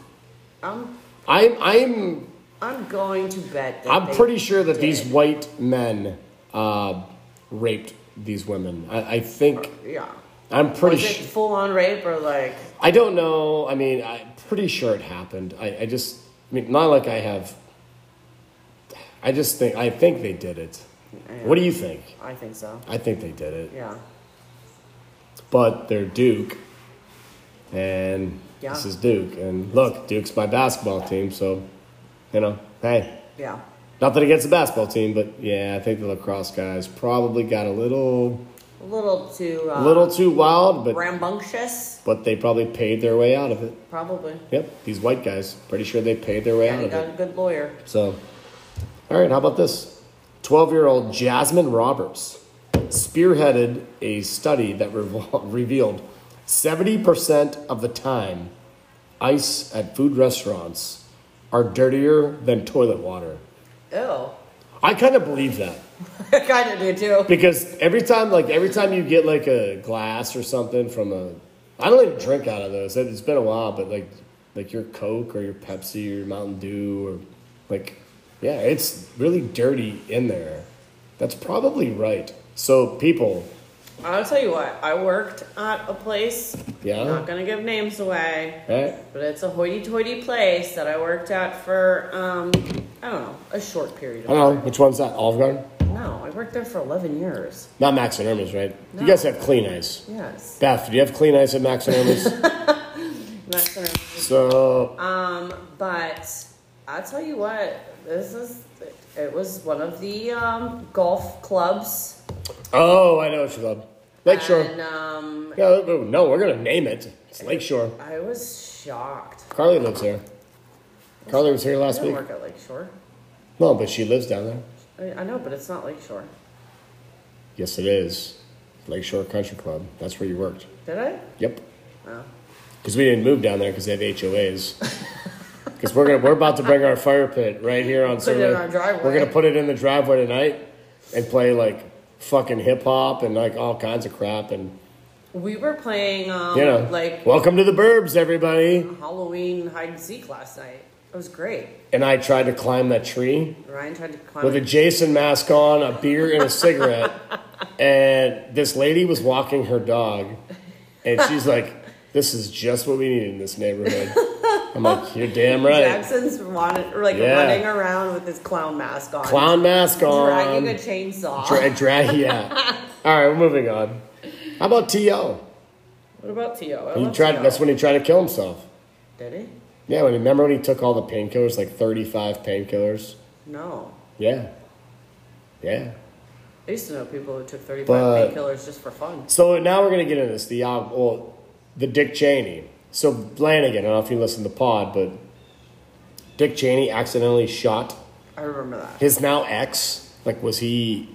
Speaker 2: I'm
Speaker 1: I'm, I'm
Speaker 2: I'm going to bet. That
Speaker 1: I'm
Speaker 2: they
Speaker 1: pretty sure that these
Speaker 2: did.
Speaker 1: white men uh, raped these women. I, I think
Speaker 2: Yeah.
Speaker 1: I'm pretty.
Speaker 2: Was it
Speaker 1: Sh-
Speaker 2: full on rape or like?
Speaker 1: I don't know. I mean, I'm pretty sure it happened. I, I just, I mean, not like I have. I just think I think they did it. What do you think?
Speaker 2: I think so.
Speaker 1: I think they did it,
Speaker 2: Yeah.
Speaker 1: but they're Duke, and
Speaker 2: Yeah.
Speaker 1: this is Duke. And look, Duke's my basketball team, so you know, hey.
Speaker 2: Yeah.
Speaker 1: Nothing against the basketball team, but yeah, I think the lacrosse guys probably got a little,
Speaker 2: A little too. Uh,
Speaker 1: a little too wild, but
Speaker 2: rambunctious,
Speaker 1: but they probably paid their way out of it.
Speaker 2: probably.
Speaker 1: Yep, these white guys, pretty sure they paid their way
Speaker 2: Yeah,
Speaker 1: out
Speaker 2: he
Speaker 1: of
Speaker 2: got a
Speaker 1: it.
Speaker 2: good lawyer.
Speaker 1: So, all right, how about this? Twelve-year-old Jasmine Roberts spearheaded a study that revol- revealed seventy percent of the time, ice at food restaurants are dirtier than toilet water.
Speaker 2: Ew.
Speaker 1: I kind of believe that.
Speaker 2: I kind of do too.
Speaker 1: Because every time, like every time you get like a glass or something from a, I don't even drink out of those. It's been a while, but like, like your Coke or your Pepsi or your Mountain Dew or, like, yeah, it's really dirty in there. That's probably right. So people,
Speaker 2: I'll tell you what. I worked at a place.
Speaker 1: Yeah?
Speaker 2: Not gonna give names away,
Speaker 1: right?
Speaker 2: but it's a hoity-toity place that I worked at for um, I don't know, a short period.
Speaker 1: I
Speaker 2: of
Speaker 1: don't know which one's that. Olive Garden,
Speaker 2: time. No, I worked there for eleven years.
Speaker 1: not Max and Irma's, right?
Speaker 2: No.
Speaker 1: You guys have clean ice.
Speaker 2: Yes.
Speaker 1: Beth, do you have clean ice at Max and Irma's?
Speaker 2: Not sure.
Speaker 1: so
Speaker 2: Um, but I'll tell you what. This is. It was one of the um, golf clubs.
Speaker 1: Oh, I know what you love. Lakeshore.
Speaker 2: And um,
Speaker 1: Yeah, no, we're gonna name it. It's Lakeshore.
Speaker 2: I was shocked.
Speaker 1: Carly lives here. Carly was here
Speaker 2: I
Speaker 1: last
Speaker 2: don't
Speaker 1: week.
Speaker 2: work at Lakeshore.
Speaker 1: No, but she lives down there.
Speaker 2: I, I know, but it's not Lakeshore.
Speaker 1: Yes, it is. Lakeshore Country Club. That's where you worked.
Speaker 2: Did I?
Speaker 1: Yep.
Speaker 2: Oh.
Speaker 1: Because we didn't move down there because they have HOAs. Because we're gonna we're about to bring our fire pit right here on
Speaker 2: it in
Speaker 1: Surrey.
Speaker 2: our driveway.
Speaker 1: We're gonna put it in the driveway tonight and play like fucking hip hop and like all kinds of crap and
Speaker 2: We were playing, um,
Speaker 1: you know
Speaker 2: like,
Speaker 1: welcome to the burbs everybody.
Speaker 2: Halloween hide and seek last night. It was great.
Speaker 1: And I tried to climb that tree
Speaker 2: Ryan tried to climb.
Speaker 1: with a Jason mask on, a beer, and a cigarette. and this lady was walking her dog, and she's like, "This is just what we need in this neighborhood." I'm like, "You're damn right."
Speaker 2: Jackson's wanted, like
Speaker 1: Yeah.
Speaker 2: running around with his clown mask on,
Speaker 1: Clown mask on.
Speaker 2: dragging a chainsaw.
Speaker 1: Dra- dra- yeah. All right, we're moving on. How about T.O.?
Speaker 2: what about Tio? I
Speaker 1: He
Speaker 2: love
Speaker 1: tried.
Speaker 2: T.O.
Speaker 1: That's when he tried to kill himself.
Speaker 2: Did he?
Speaker 1: Yeah, when remember when he took all the painkillers, like 35 painkillers.
Speaker 2: No.
Speaker 1: Yeah. Yeah.
Speaker 2: I used to know people who took 35
Speaker 1: But-
Speaker 2: painkillers just for fun.
Speaker 1: So now we're gonna get into this the uh, well, the Dick Cheney. So Flanagan, I don't know if you listen to the pod, but Dick Cheney accidentally shot
Speaker 2: I remember that.
Speaker 1: his now ex. Like, was he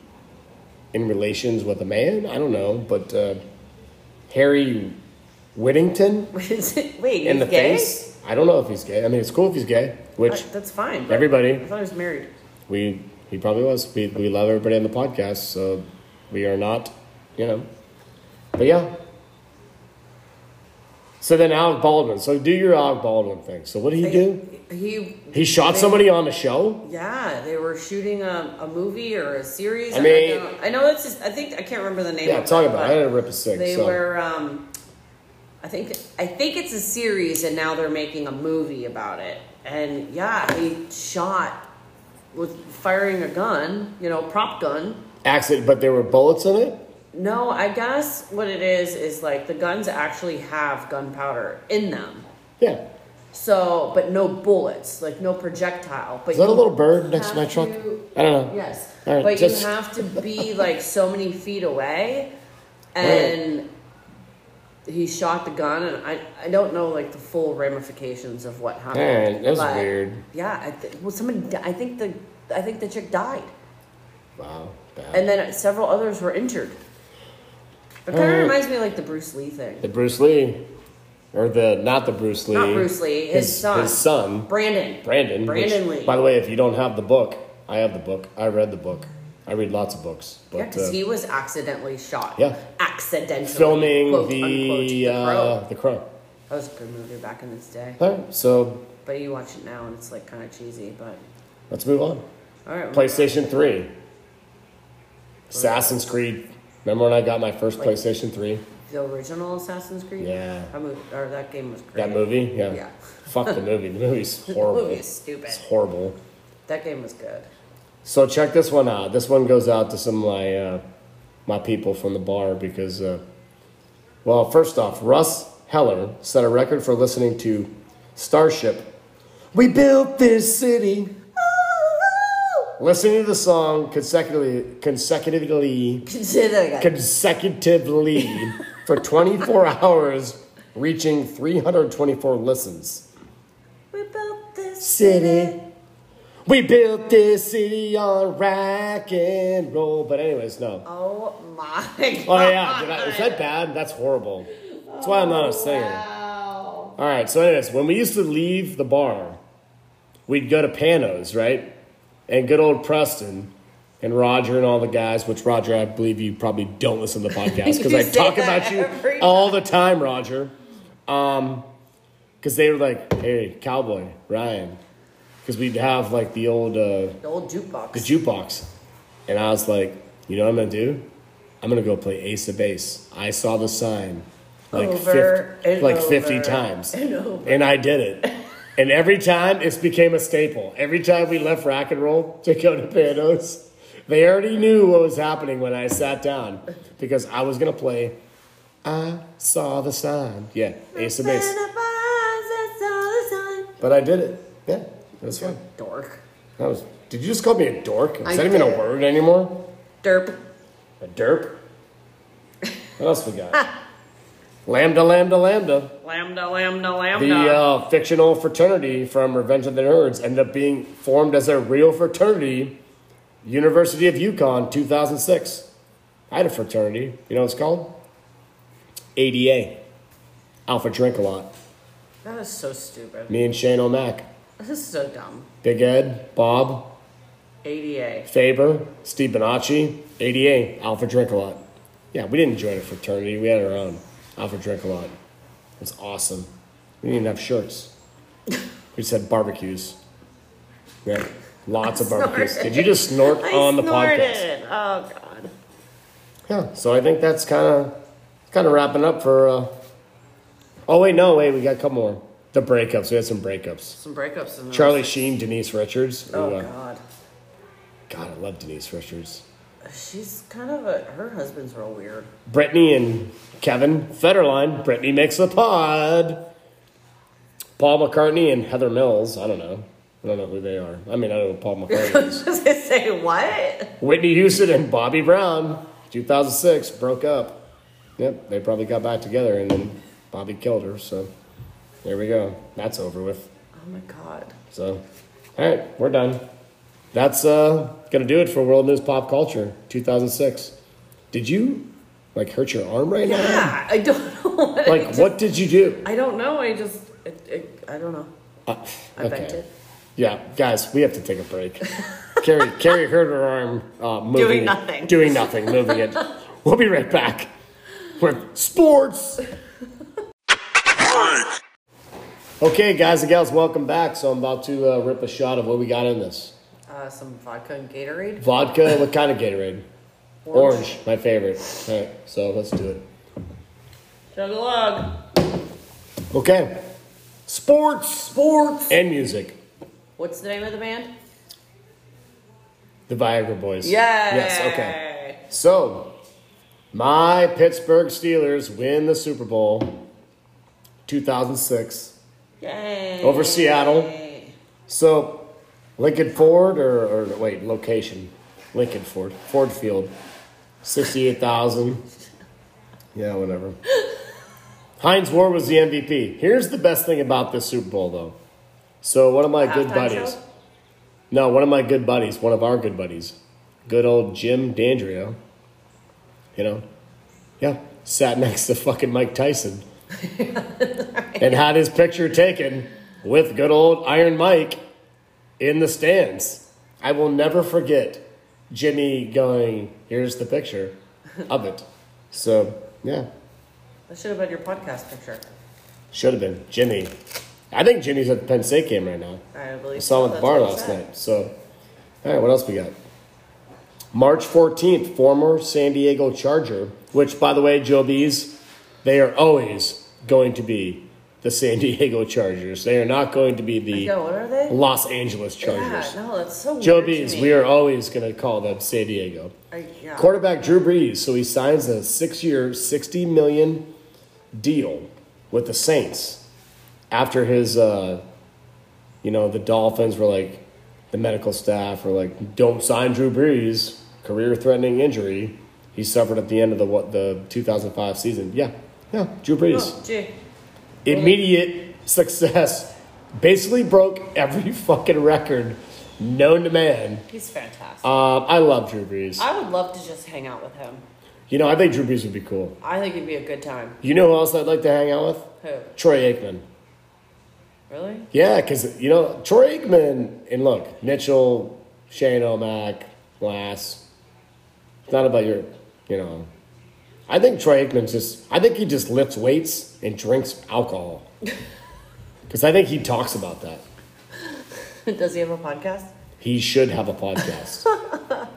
Speaker 1: in relations with a man? I don't know, but uh, Harry Whittington
Speaker 2: Wait, is it- Wait, he's
Speaker 1: in the
Speaker 2: gay?
Speaker 1: face. I don't know if he's gay. I mean, it's cool if he's gay, which
Speaker 2: Uh, that's fine. but
Speaker 1: everybody
Speaker 2: I thought he was married.
Speaker 1: we he probably was. We we love everybody on the podcast, so we are not, you know. But yeah. So then Alec Baldwin. So do your Alec Baldwin thing. So what did he do?
Speaker 2: He
Speaker 1: He shot
Speaker 2: they-
Speaker 1: somebody on the show.
Speaker 2: Yeah, they were shooting a, a movie or a series.
Speaker 1: I
Speaker 2: I
Speaker 1: mean-
Speaker 2: mean, I, know it's. Just, I think I can't remember the name.
Speaker 1: Yeah,
Speaker 2: of
Speaker 1: talk
Speaker 2: it,
Speaker 1: about. it.
Speaker 2: but
Speaker 1: I had a rip a six.
Speaker 2: They
Speaker 1: so.
Speaker 2: were. Um, I think. I think it's a series, and now they're making a movie about it. And yeah, he shot with firing a gun. You know, prop gun.
Speaker 1: accident, but there were bullets in it.
Speaker 2: No, I guess what it is is like the guns actually have gunpowder in them.
Speaker 1: Yeah,
Speaker 2: So, but no bullets, like no projectile. But
Speaker 1: is that a
Speaker 2: you-
Speaker 1: little bird next to my
Speaker 2: have
Speaker 1: truck?
Speaker 2: to-
Speaker 1: I don't know.
Speaker 2: Yes,
Speaker 1: All right,
Speaker 2: but
Speaker 1: just-
Speaker 2: you have to be like so many feet away, and he shot the gun, and I I don't know like the full ramifications of what happened.
Speaker 1: Man, that was
Speaker 2: but,
Speaker 1: weird.
Speaker 2: Yeah, I th- well, somebody. Di- I think the I think the chick died,
Speaker 1: Wow, bad.
Speaker 2: and then several others were injured. It kind
Speaker 1: Uh,
Speaker 2: of reminds me of, like the Bruce Lee thing.
Speaker 1: the Bruce Lee, or the not the Bruce Lee,
Speaker 2: Not Bruce Lee, his, son,
Speaker 1: his son
Speaker 2: Brandon.
Speaker 1: Brandon. which,
Speaker 2: Brandon Lee.
Speaker 1: By the way, if you don't have the book, I have the book. I read the book. I read lots of books. But,
Speaker 2: Yeah, because
Speaker 1: uh,
Speaker 2: he was accidentally shot.
Speaker 1: Yeah.
Speaker 2: accidentally
Speaker 1: filming
Speaker 2: quote,
Speaker 1: the
Speaker 2: unquote, the Crow.
Speaker 1: uh, the crow.
Speaker 2: That was a good movie back in its day.
Speaker 1: All right, so
Speaker 2: But you watch it now and it's like kind of cheesy, but.
Speaker 1: let's move on.
Speaker 2: Alright.
Speaker 1: PlayStation Three, Assassin's Creed. Remember when I got my first PlayStation Three?
Speaker 2: The original Assassin's Creed?
Speaker 1: Yeah.
Speaker 2: That, movie, or that game was great.
Speaker 1: That movie? Yeah.
Speaker 2: Yeah.
Speaker 1: Fuck the movie. The movie's
Speaker 2: The
Speaker 1: horrible.
Speaker 2: movie is stupid.
Speaker 1: It's horrible.
Speaker 2: That game was good.
Speaker 1: So check this one out. This one goes out to some of my uh, my people from the bar because, uh, well, first off, Russ Heller set a record for listening to Starship. We built this city. Listening to the song consecutively, consecutively
Speaker 2: Consider that again.
Speaker 1: consecutively for 24 hours, reaching 324 listens.
Speaker 2: we built this
Speaker 1: City. We built this city on rock and roll. But anyways, no.
Speaker 2: Oh my god.
Speaker 1: Oh yeah, did I, is that bad? That's horrible. That's why I'm not a singer.
Speaker 2: Oh, Wow.
Speaker 1: All right. So anyways, when we used to leave the bar, we'd go to Panos, right? And good old Preston and Roger and all the guys. Which Roger, I believe you probably don't listen to the podcast because
Speaker 2: You
Speaker 1: I
Speaker 2: say
Speaker 1: talk
Speaker 2: that
Speaker 1: about you
Speaker 2: every
Speaker 1: all the time, Roger. Um, because they were like, "Hey, cowboy, Ryan," because we'd have like the old. Uh,
Speaker 2: The old jukebox.
Speaker 1: the jukebox. And I was like, you know what I'm gonna do? I'm gonna go play Ace of Base. I saw the sign like
Speaker 2: Over
Speaker 1: 50,
Speaker 2: and
Speaker 1: like 50
Speaker 2: over
Speaker 1: times.
Speaker 2: and over.
Speaker 1: And I did it. And every time it's became a staple. Every time we left rock and roll to go to Panos, they already knew what was happening when I sat down because I was gonna play I saw the sign. Yeah, Ace of Base. But I did it. Yeah, it was fun.
Speaker 2: Dork.
Speaker 1: That was did you just call me a dork? Is
Speaker 4: I
Speaker 1: that even a
Speaker 4: did.
Speaker 1: word anymore?
Speaker 2: Derp.
Speaker 1: A derp. What else we got? lambda, lambda, lambda.
Speaker 2: Lambda, lambda, lambda.
Speaker 1: The uh, fictional fraternity from Revenge of the Nerds ended up being formed as a real fraternity, University of Yukon, 2006. I had a fraternity. You know what it's called? ADA. Alpha Drink a Lot.
Speaker 2: that is so stupid.
Speaker 1: Me and Shane O'Mac.
Speaker 2: This is so dumb.
Speaker 1: Big Ed, Bob,
Speaker 2: ADA.
Speaker 1: Faber, Steve Bonacci, ADA, Alpha Drink a Lot. Yeah, we didn't join a fraternity. We had our own Alpha Drink a Lot. It's awesome. We didn't even have shirts. We just had barbecues. Yeah, lots of barbecues.
Speaker 2: snorted.
Speaker 1: Did you just snort
Speaker 2: I
Speaker 1: on the
Speaker 2: snorted.
Speaker 1: podcast?
Speaker 2: Oh god.
Speaker 1: Yeah. So I think that's kind of kind of wrapping up for. Uh... Oh wait, no, wait, we got a couple more. The breakups. We had some breakups.
Speaker 2: Some breakups in the
Speaker 1: Charlie Sheen, Denise Richards. who,
Speaker 2: Oh
Speaker 1: uh,
Speaker 2: god.
Speaker 1: God, I love Denise Richards.
Speaker 2: She's kind of a her husband's real weird.
Speaker 1: Brittany and Kevin Federline. Brittany makes the pod. Paul McCartney and Heather Mills. I don't know. I don't know who they are. I mean, I know who Paul McCartney is.
Speaker 2: I was gonna say what?
Speaker 1: Whitney Houston and Bobby Brown, 2006, broke up. Yep, they probably got back together and then Bobby killed her. So there we go. That's over with.
Speaker 2: Oh my god.
Speaker 1: So, all right, we're done. That's uh, gonna do it for World News Pop Culture 2006. Did you like hurt your arm right now?
Speaker 2: Yeah, I don't know. What I,
Speaker 1: Like,
Speaker 2: just-
Speaker 1: what did you do?
Speaker 2: I don't know. I just it, it, I don't know.
Speaker 1: Uh,
Speaker 2: I bent it.
Speaker 1: Yeah, guys, we have to take a break. Carrie, Carrie hurt her arm uh, moving.
Speaker 2: Doing nothing.
Speaker 1: Doing nothing, moving it. We'll be right back with sports. Okay, guys and gals, welcome back. So I'm about to uh, rip a shot of what we got in this
Speaker 2: Uh, some vodka and Gatorade.
Speaker 1: vodka. What kind of Gatorade? Orange, my favorite. All right, so let's do it.
Speaker 2: Chug a lug.
Speaker 1: Okay, sports
Speaker 2: Sports.
Speaker 1: and music.
Speaker 2: What's the name of the band?
Speaker 1: The Viagra Boys.
Speaker 2: Yay.
Speaker 1: Yes. Okay. So, my Pittsburgh Steelers win the Super Bowl 2006.
Speaker 2: Yay.
Speaker 1: Over Seattle. So, Lincoln Ford, or, or wait, location Lincoln Ford, Ford Field, 68,000. Yeah, whatever. Heinz Ward was the MVP. Here's the best thing about this Super Bowl, though. So, one of my good
Speaker 2: Halftime
Speaker 1: buddies.
Speaker 2: show?
Speaker 1: No, one of my good buddies, one of our good buddies, good old Jim Dandrio, you know, yeah, sat next to fucking Mike Tyson and had his picture taken with good old Iron Mike in the stands. I will never forget Jimmy going, here's the picture of it. So, yeah,
Speaker 2: That should have been your podcast picture.
Speaker 1: should have been Jimmy. I think Jimmy's at the Penn State game right now.
Speaker 2: I believe.
Speaker 1: I saw him at
Speaker 2: so.
Speaker 1: the bar
Speaker 2: That's
Speaker 1: last
Speaker 2: upset.
Speaker 1: night. So, all right, what else we got? March 14th, former San Diego Charger, which, by the way, Joe B's, they are always going to be the San Diego Chargers. They are not going to be
Speaker 2: Yeah,
Speaker 1: the
Speaker 2: what are they?
Speaker 1: Los Angeles
Speaker 2: Yeah,
Speaker 1: Chargers.
Speaker 2: no, that's so
Speaker 1: Joe
Speaker 2: weird to
Speaker 1: B's,
Speaker 2: me.
Speaker 1: we are always going to call them San Diego.
Speaker 2: I, yeah.
Speaker 1: Quarterback Drew Brees, so he signs a six-year, sixty million deal with the Saints after his, uh, you know, the Dolphins were like, the medical staff were like, don't sign Drew Brees, career-threatening injury he suffered at the end of the what the 2005 season. Yeah, yeah, Drew Brees,
Speaker 2: Oh, gee.
Speaker 1: immediate success, basically broke every fucking record known to man.
Speaker 2: He's fantastic.
Speaker 1: Um, I love Drew Brees.
Speaker 2: I would love to just hang out with him.
Speaker 1: You know, I think Drew Brees would be cool.
Speaker 2: I think it'd be a good time.
Speaker 1: You know who else I'd like to hang out with?
Speaker 2: Who?
Speaker 1: Troy Aikman.
Speaker 2: Really?
Speaker 1: Yeah, because, you know, Troy Aikman, and look, Mitchell, Shane O'Mac, Glass. It's not about your, you know. I think Troy Aikman's just, I think he just lifts weights and drinks alcohol. Because I think he talks about that.
Speaker 2: Does he have a podcast?
Speaker 1: He should have a podcast.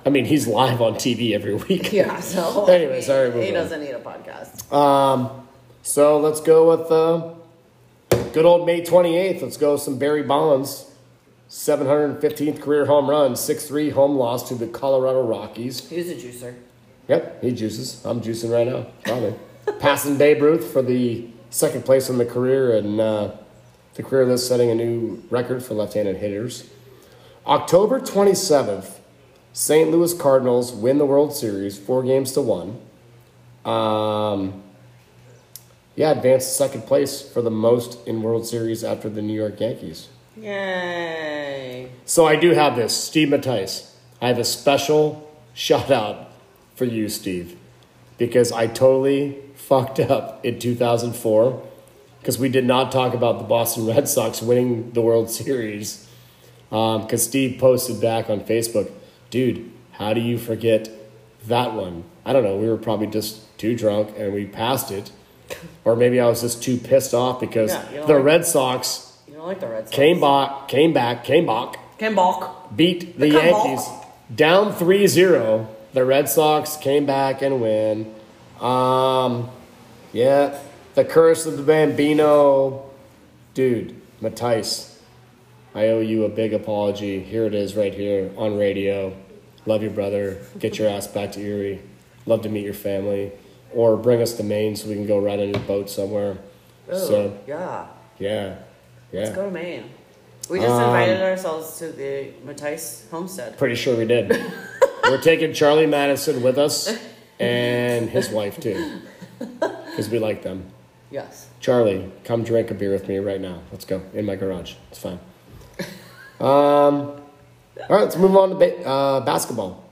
Speaker 1: I mean, he's live on TV every week.
Speaker 2: Yeah. So.
Speaker 1: Anyway, sorry,
Speaker 2: He,
Speaker 1: move on.
Speaker 2: doesn't need a podcast.
Speaker 1: Um, so let's go with uh, good old May 28th. Let's go with some Barry Bonds. 715th career home run, 6 3 home loss to the Colorado Rockies.
Speaker 2: He's a juicer.
Speaker 1: Yep, he juices. I'm juicing right now, probably. Passing Babe Ruth for the second place in the career and uh, the career list setting a new record for left handed hitters. October 27th, St. Louis Cardinals win the World Series, four games to one. Um, yeah, advanced to second place for the most in World Series after the New York Yankees.
Speaker 2: Yay.
Speaker 1: So I do have this, Steve Mattice. I have a special shout out for you, Steve, because I totally fucked up in 2004 because we did not talk about the Boston Red Sox winning the World Series. Because Steve posted back on Facebook, dude, how do you forget that one? I don't know. We were probably just too drunk and we passed it. Or maybe I was just too pissed off because
Speaker 2: Yeah, you know,
Speaker 1: the
Speaker 2: like-
Speaker 1: Red Sox
Speaker 2: You don't like the Red Sox?
Speaker 1: came back, came back, came back
Speaker 2: Came back.
Speaker 1: beat the
Speaker 2: Come on.
Speaker 1: Yankees down 3-0. The Red Sox came back and win. Um, yeah, the curse of the Bambino, dude, Matisse. I owe you a big apology. Here it is, right here on radio. Love you, brother. Get your ass back to Erie. Love to meet your family, or bring us to Maine so we can go ride on your boat somewhere.
Speaker 2: Ooh,
Speaker 1: So
Speaker 2: yeah.
Speaker 1: yeah, yeah.
Speaker 2: Let's go to Maine. We
Speaker 1: Um,
Speaker 2: just invited ourselves to the Matisse homestead.
Speaker 1: Pretty sure we did. We're taking Charlie Madison with us and his wife too, because we like them.
Speaker 2: Yes.
Speaker 1: Charlie, come drink a beer with me right now. Let's go in my garage. It's fine. Um, all right, let's move on to ba- uh, basketball.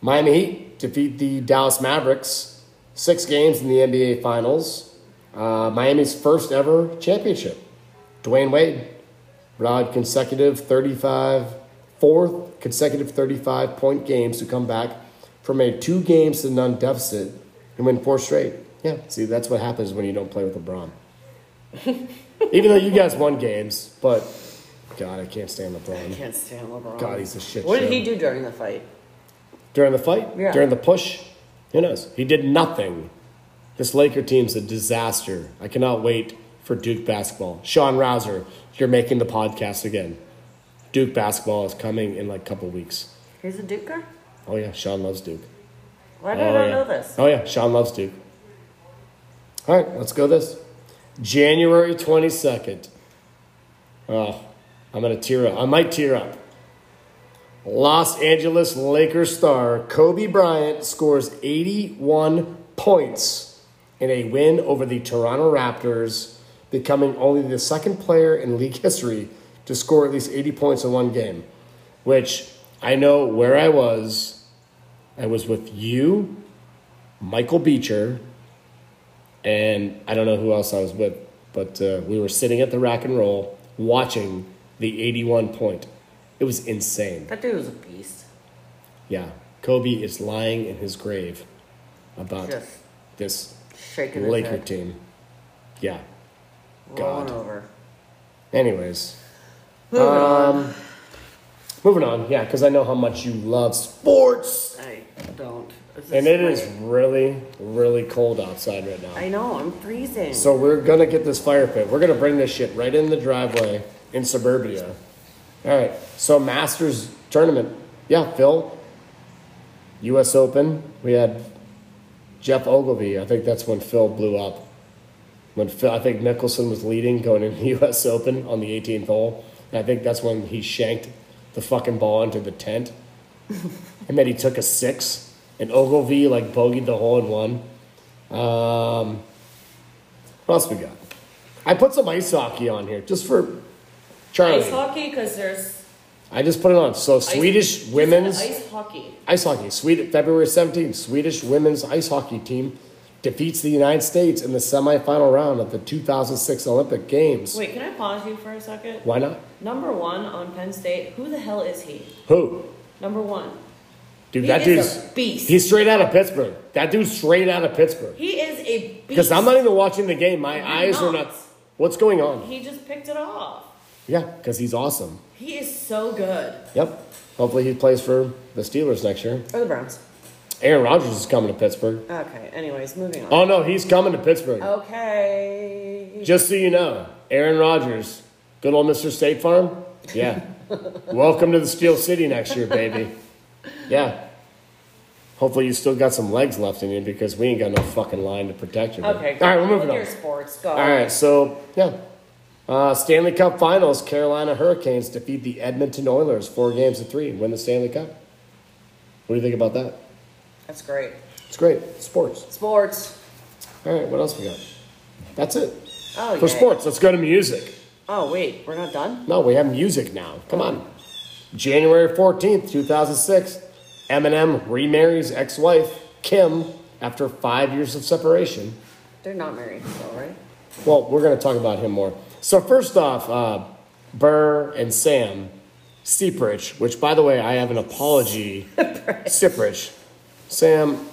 Speaker 1: Miami Heat defeat the Dallas Mavericks six games in the NBA Finals. Uh, Miami's first ever championship. Dwayne Wade brought consecutive 35, fourth consecutive 35 point games to come back from a two games to none deficit and win four straight. Yeah, see, that's what happens when you don't play with LeBron. Even though you guys won games, but God, I can't stand
Speaker 2: I
Speaker 1: LeBron.
Speaker 2: can't stand LeBron.
Speaker 1: God, he's a shit
Speaker 2: Oh. What
Speaker 1: show.
Speaker 2: did he do during the fight?
Speaker 1: During the fight?
Speaker 2: Yeah.
Speaker 1: During the push? Who knows? He did nothing. This Laker team's a disaster. I cannot wait for Duke basketball. Sean Rouser, you're making the podcast again. Duke basketball is coming in like a couple weeks.
Speaker 2: He's a duker?
Speaker 1: Oh yeah, Sean loves Duke.
Speaker 2: Why did
Speaker 1: oh,
Speaker 2: I not
Speaker 1: yeah.
Speaker 2: know this?
Speaker 1: Oh yeah, Sean loves Duke. All right, let's go this. January 22nd. Oh, I'm going to tear up. I might tear up. Los Angeles Lakers star Kobe Bryant scores 81 points in a win over the Toronto Raptors, becoming only the second player in league history to score at least 80 points in one game. Which I know where I was. I was with you, Michael Beecher, and I don't know who else I was with, but uh, we were sitting at the rack and roll watching the 81 point. It was insane.
Speaker 2: That dude was a beast.
Speaker 1: Yeah, Kobe is lying in his grave about
Speaker 2: Just
Speaker 1: this
Speaker 2: shaking his
Speaker 1: Laker
Speaker 2: head.
Speaker 1: team. Yeah.
Speaker 2: Rolling
Speaker 1: God.
Speaker 2: over.
Speaker 1: Anyways, Um, moving on. Yeah, because I know how much you love sports,
Speaker 2: I don't. This
Speaker 1: and it
Speaker 2: my-
Speaker 1: is really, really cold outside right now.
Speaker 2: I know, I'm freezing.
Speaker 1: So we're gonna get this fire pit. We're gonna bring this shit right in the driveway in suburbia. All right. So Masters tournament. Yeah, Phil. U.S. Open. We had Jeff Ogilvy. I think that's when Phil blew up. When Phil, I think Mickelson was leading going into the U.S. Open on the 18th hole, and I think that's when he shanked the fucking ball into the tent, and then he took a six, and Ogilvy like bogeyed the hole in one. Um, what else we got? I put some ice hockey on here just for Charlie.
Speaker 2: ice hockey, because there's.
Speaker 1: I just put it on. So Swedish
Speaker 2: ice,
Speaker 1: women's
Speaker 2: Ice hockey.
Speaker 1: ice hockey. Sweden, February 17th, Swedish women's ice hockey team defeats the United States in the semifinal round of the 2006 Olympic Games.
Speaker 2: Wait, can I pause you for a second?
Speaker 1: Why not?
Speaker 2: Number one on Penn State, who the hell is he?
Speaker 1: Who?
Speaker 2: Number one.
Speaker 1: Dude,
Speaker 2: He
Speaker 1: that
Speaker 2: is a
Speaker 1: dude's
Speaker 2: beast.
Speaker 1: He's straight out of Pittsburgh. That dude's straight out of Pittsburgh.
Speaker 2: He is a beast.
Speaker 1: Because I'm not even watching the game. My
Speaker 2: You're
Speaker 1: eyes are
Speaker 2: not.
Speaker 1: not. What's going on?
Speaker 2: He just picked it off.
Speaker 1: Yeah, because he's awesome.
Speaker 2: He is so good.
Speaker 1: Yep. Hopefully he plays for the Steelers next year.
Speaker 2: Or the Browns.
Speaker 1: Aaron Rodgers is coming to Pittsburgh.
Speaker 2: Okay. Anyways, moving on.
Speaker 1: Oh no, he's coming to Pittsburgh.
Speaker 2: Oh, Okay.
Speaker 1: Just so you know, Aaron Rodgers, good old Mr. State Farm. Yeah. Welcome to the Steel City next year, baby. Yeah. Hopefully you still got some legs left in you because we ain't got no fucking line to protect you. man.
Speaker 2: Okay.
Speaker 1: All right, we're
Speaker 2: go
Speaker 1: moving on.
Speaker 2: with Your sports. Go.
Speaker 1: All right, so yeah. Uh, Stanley Cup Finals, Carolina Hurricanes defeat the Edmonton Oilers four games to three and win the Stanley Cup. What do you think about that?
Speaker 2: That's great.
Speaker 1: It's great. Sports.
Speaker 2: Sports.
Speaker 1: All right, what else we got? That's it.
Speaker 2: Oh,
Speaker 1: For
Speaker 2: yay.
Speaker 1: sports, let's go to music.
Speaker 2: Oh, wait. We're not done?
Speaker 1: No, we have music now. Come on. January 14th, 2006, Eminem remarries ex wife, Kim, after five years of separation.
Speaker 2: They're not married still, right?
Speaker 1: Well, we're going to talk about him more. So, first off, uh, Burr and Sam Seprich, which, by the way, I have an apology. Seprich. Sam,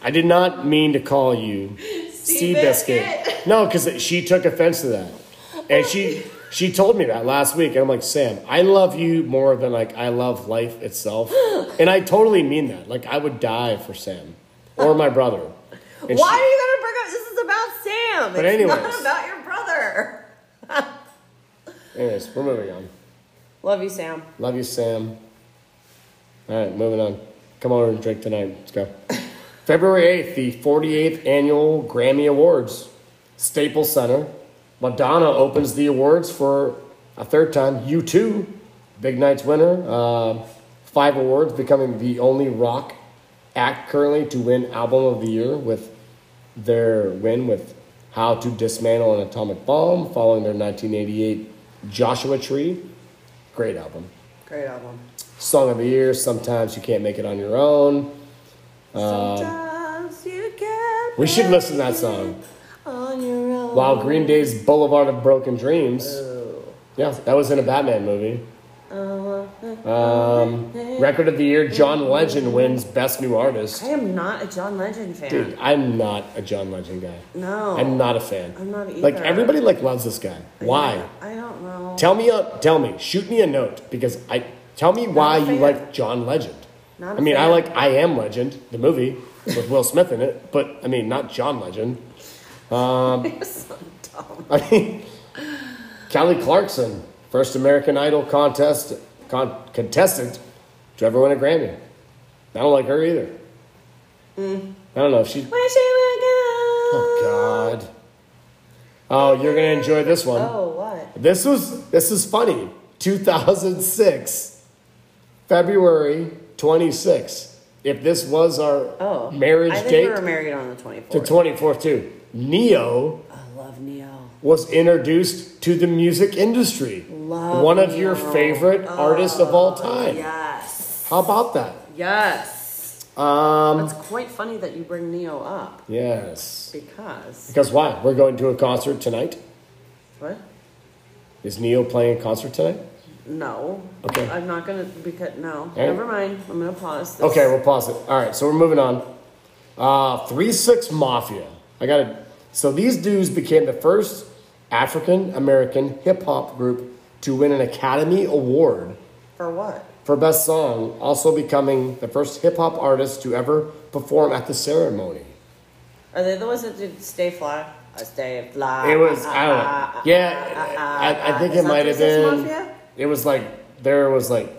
Speaker 1: I did not mean to call you Seabiscuit. No, because she took offense to that. And she she told me that last week. And I'm like, Sam, I love you more than like I love life itself. And I totally mean that. Like I would die for Sam or my brother. And
Speaker 2: Why
Speaker 1: she-
Speaker 2: are you going to bring up? This is about Sam.
Speaker 1: But
Speaker 2: it's
Speaker 1: anyways.
Speaker 2: not about your brother.
Speaker 1: Anyways, we're moving on.
Speaker 2: Love you, Sam.
Speaker 1: Love you, Sam. All right, moving on. Come over and drink tonight. Let's go. February 8th, the 48th annual Grammy Awards, Staples Center. Madonna opens the awards for a third time. U2, Big Night's winner. Uh, five awards, becoming the only rock act currently to win Album of the Year with their win with How to Dismantle an Atomic Bomb following their 1988 Joshua Tree. Great album.
Speaker 2: Great album.
Speaker 1: Song of the Year. Sometimes you can't make it on your own.
Speaker 2: Sometimes you can.
Speaker 1: We should listen to that song.
Speaker 2: On your own.
Speaker 1: While Green Day's Boulevard of Broken Dreams. Yeah, that was in a Batman movie. Um, record of the year, John Legend wins Best New Artist.
Speaker 2: I am not a John Legend fan.
Speaker 1: Dude, I'm not a John Legend guy.
Speaker 2: no.
Speaker 1: I'm not a fan.
Speaker 2: I'm not
Speaker 1: Like
Speaker 2: either.
Speaker 1: everybody like loves this guy. Why?
Speaker 2: I don't know.
Speaker 1: Tell me, uh, tell me, shoot me a note because I tell me why
Speaker 2: a
Speaker 1: you
Speaker 2: fan.
Speaker 1: like John Legend.
Speaker 2: Not
Speaker 1: I
Speaker 2: a
Speaker 1: mean, I
Speaker 2: fan.
Speaker 1: like I Am Legend, the movie with Will Smith in it, but I mean, not John Legend.
Speaker 2: You're so dumb.
Speaker 1: I mean, Kelly Clarkson, first American Idol contest con- contestant to ever win a Grammy. I don't like her either.
Speaker 2: Mm.
Speaker 1: I don't know if she.
Speaker 2: Where she would go.
Speaker 1: Oh God. Oh, you're gonna enjoy this one.
Speaker 2: Oh, what?
Speaker 1: This was this is funny. 2006, February 26. If this was our
Speaker 2: Oh.
Speaker 1: marriage
Speaker 2: I think
Speaker 1: date
Speaker 2: we were married on the 24th.
Speaker 1: to 24th too, Neo
Speaker 2: I love Neo.
Speaker 1: was introduced to the music industry.
Speaker 2: Love
Speaker 1: One of
Speaker 2: Neo.
Speaker 1: your favorite artists of all time.
Speaker 2: Yes.
Speaker 1: How about that?
Speaker 2: Yes.
Speaker 1: Um,
Speaker 2: It's quite funny that you bring Neo up
Speaker 1: yes.
Speaker 2: because.
Speaker 1: Because why? We're going to a concert tonight.
Speaker 2: What?
Speaker 1: Is Neo playing a concert tonight?
Speaker 2: No.
Speaker 1: Okay.
Speaker 2: I'm not going to. Because, no.
Speaker 1: right.
Speaker 2: Never mind. I'm going to pause this.
Speaker 1: Okay, we'll pause it. All right, so we're moving on. Uh, three Six Mafia. I got to So these dudes became the first African American hip hop group to win an Academy Award
Speaker 2: For what?
Speaker 1: for Best Song, also becoming the first hip hop artist to ever perform at the ceremony.
Speaker 2: Are they the ones that did Stay Fly? Uh, Stay Fly.
Speaker 1: It was
Speaker 2: Ah,
Speaker 1: I don't
Speaker 2: ah,
Speaker 1: know.
Speaker 2: ah, ah,
Speaker 1: Yeah,
Speaker 2: ah,
Speaker 1: I, I
Speaker 2: ah,
Speaker 1: think
Speaker 2: is
Speaker 1: it
Speaker 2: that
Speaker 1: might have
Speaker 2: Three Six
Speaker 1: been.
Speaker 2: Mafia?
Speaker 1: It was like there was like.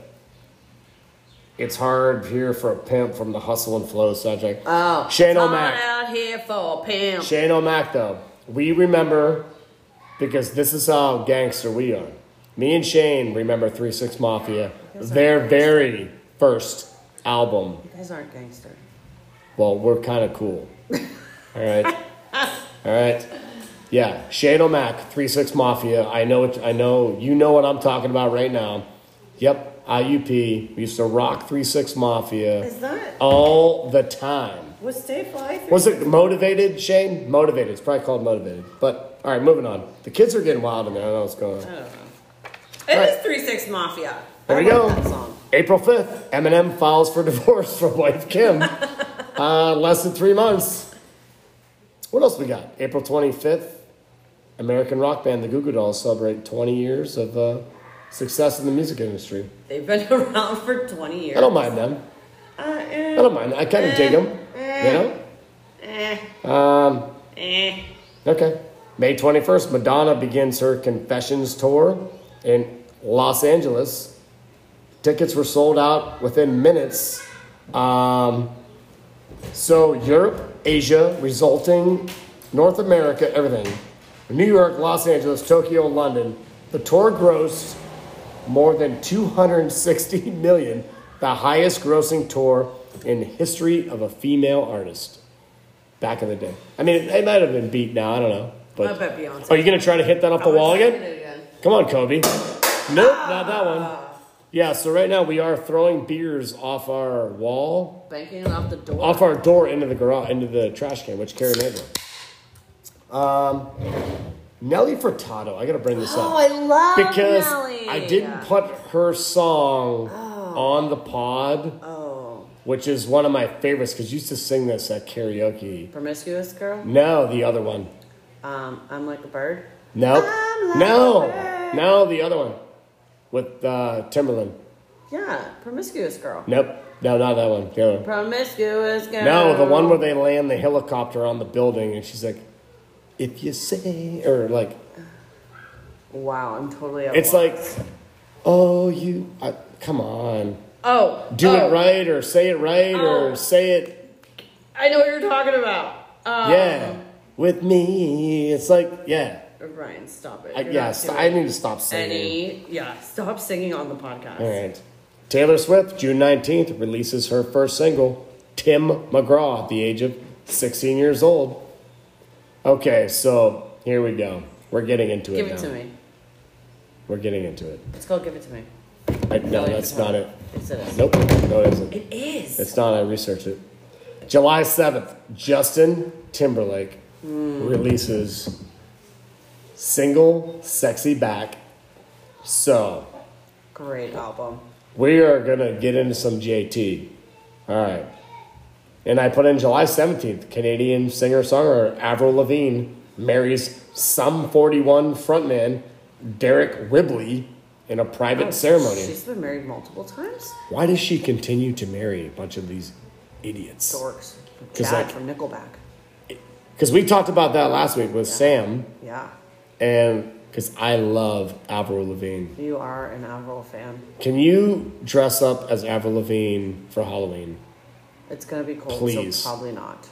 Speaker 1: It's hard here for a pimp from the Hustle and Flow soundtrack.
Speaker 2: Oh.
Speaker 1: Shane
Speaker 2: It's
Speaker 1: O'Mac.
Speaker 2: hard out here for a pimp.
Speaker 1: Shane O'Mac, though, we remember because this is how gangster we are. Me and Shane remember Three Six Mafia, their very first album.
Speaker 2: You guys aren't gangster.
Speaker 1: Well, we're kind of cool. All right, all right, yeah. Shane O'Mac, Three Six Mafia. I know, it, I know, you know what I'm talking about right now. Yep, IUP. We used to rock Three Six Mafia
Speaker 2: Is that
Speaker 1: all the time.
Speaker 2: was Stay Fly?
Speaker 1: Was it motivated, Shane? Motivated. It's probably called motivated. But all right, moving on. The kids are getting wild in there. I don't know what's going on.
Speaker 2: It
Speaker 1: Right.
Speaker 2: is Three Six Mafia.
Speaker 1: There
Speaker 2: I
Speaker 1: we
Speaker 2: like
Speaker 1: go.
Speaker 2: That song.
Speaker 1: April fifth, Eminem files for divorce from wife Kim. uh, less than three months. What else we got? April twenty fifth, American rock band the Goo Goo Dolls celebrate twenty years of uh, success in the music industry.
Speaker 2: They've been around for twenty years.
Speaker 1: I don't mind them.
Speaker 2: Uh,
Speaker 1: I
Speaker 2: eh,
Speaker 1: don't mind. I kind of dig them. You
Speaker 2: eh,
Speaker 1: know. Um,
Speaker 2: eh.
Speaker 1: Okay. May 21st, Madonna begins her Confessions tour in Los Angeles. Tickets were sold out within minutes. Um, so, Europe, Asia, resulting, North America, everything. New York, Los Angeles, Tokyo, and London. The tour grossed more than 260 million, the highest grossing tour in the history of a female artist back in the day. I mean, it, it might have been beat now. I don't know. But
Speaker 2: I bet Beyonce.
Speaker 1: are you gonna try to hit that off the wall
Speaker 2: I'm
Speaker 1: again?
Speaker 2: excited again.
Speaker 1: Come on, Kobe. Nope,
Speaker 2: Ah.
Speaker 1: not that one. Yeah. So right now we are throwing beers off our wall,
Speaker 2: Banking it off the door.
Speaker 1: off our door into the garage, into the trash can, which Carrie made one. Um, Nelly Furtado. I gotta bring this up
Speaker 2: oh, I love
Speaker 1: because
Speaker 2: Nelly.
Speaker 1: I didn't put her song on the pod,
Speaker 2: Oh,
Speaker 1: which is one of my favorites because you used to sing this at karaoke.
Speaker 2: promiscuous girl.
Speaker 1: No, the other one.
Speaker 2: Um, I'm like a bird.
Speaker 1: Nope.
Speaker 2: I'm like a
Speaker 1: No.
Speaker 2: bird.
Speaker 1: No, the other one with uh, Timberland.
Speaker 2: Yeah, promiscuous girl.
Speaker 1: Nope. No, not that one. The other one.
Speaker 2: Promiscuous girl.
Speaker 1: No, the one where they land the helicopter on the building and she's like, if you say, or like,
Speaker 2: Wow, I'm totally. out
Speaker 1: it's
Speaker 2: of
Speaker 1: like,
Speaker 2: line.
Speaker 1: oh, you, I, come on.
Speaker 2: oh,
Speaker 1: Do
Speaker 2: oh,
Speaker 1: it right or say it right
Speaker 2: Oh.
Speaker 1: or say it
Speaker 2: I know what you're talking about. Um,
Speaker 1: Yeah, with me, it's like yeah,
Speaker 2: Ryan, stop it.
Speaker 1: I,
Speaker 2: You're
Speaker 1: yeah.
Speaker 2: not
Speaker 1: st-
Speaker 2: doing
Speaker 1: I need to stop singing.
Speaker 2: any. Yeah, stop singing on the podcast.
Speaker 1: All right, Taylor Swift, June nineteenth, releases her first single, Tim McGraw, at the age of sixteen years old. Okay, so here we go. We're getting into
Speaker 2: Give
Speaker 1: it
Speaker 2: it
Speaker 1: now.
Speaker 2: to me.
Speaker 1: We're getting into it.
Speaker 2: It's called Give It to Me.
Speaker 1: I, no,
Speaker 2: Tell you
Speaker 1: that's
Speaker 2: to tell
Speaker 1: not
Speaker 2: me.
Speaker 1: it.
Speaker 2: Yes, it is.
Speaker 1: Nope, no, it isn't.
Speaker 2: It is.
Speaker 1: It's not. I researched it. July seventh, Justin Timberlake releases single "Sexy Back." So
Speaker 2: Great album.
Speaker 1: we are gonna get into some JT. All right. And I put in July 17th, Canadian singer songwriter Avril Lavigne marries some 41 frontman Derek Whibley in a
Speaker 2: Oh,
Speaker 1: private ceremony.
Speaker 2: She's been married multiple times.
Speaker 1: Why does she continue to marry a bunch of these idiots?
Speaker 2: Dorks.
Speaker 1: Cause
Speaker 2: Dad
Speaker 1: like-
Speaker 2: from Nickelback.
Speaker 1: Because we talked about that last week with Sam,
Speaker 2: Yeah.
Speaker 1: and because I love Avril Lavigne.
Speaker 2: You are an Avril fan.
Speaker 1: Can you dress up as Avril Lavigne for Halloween?
Speaker 2: It's gonna be cold,
Speaker 1: Please.
Speaker 2: so probably not.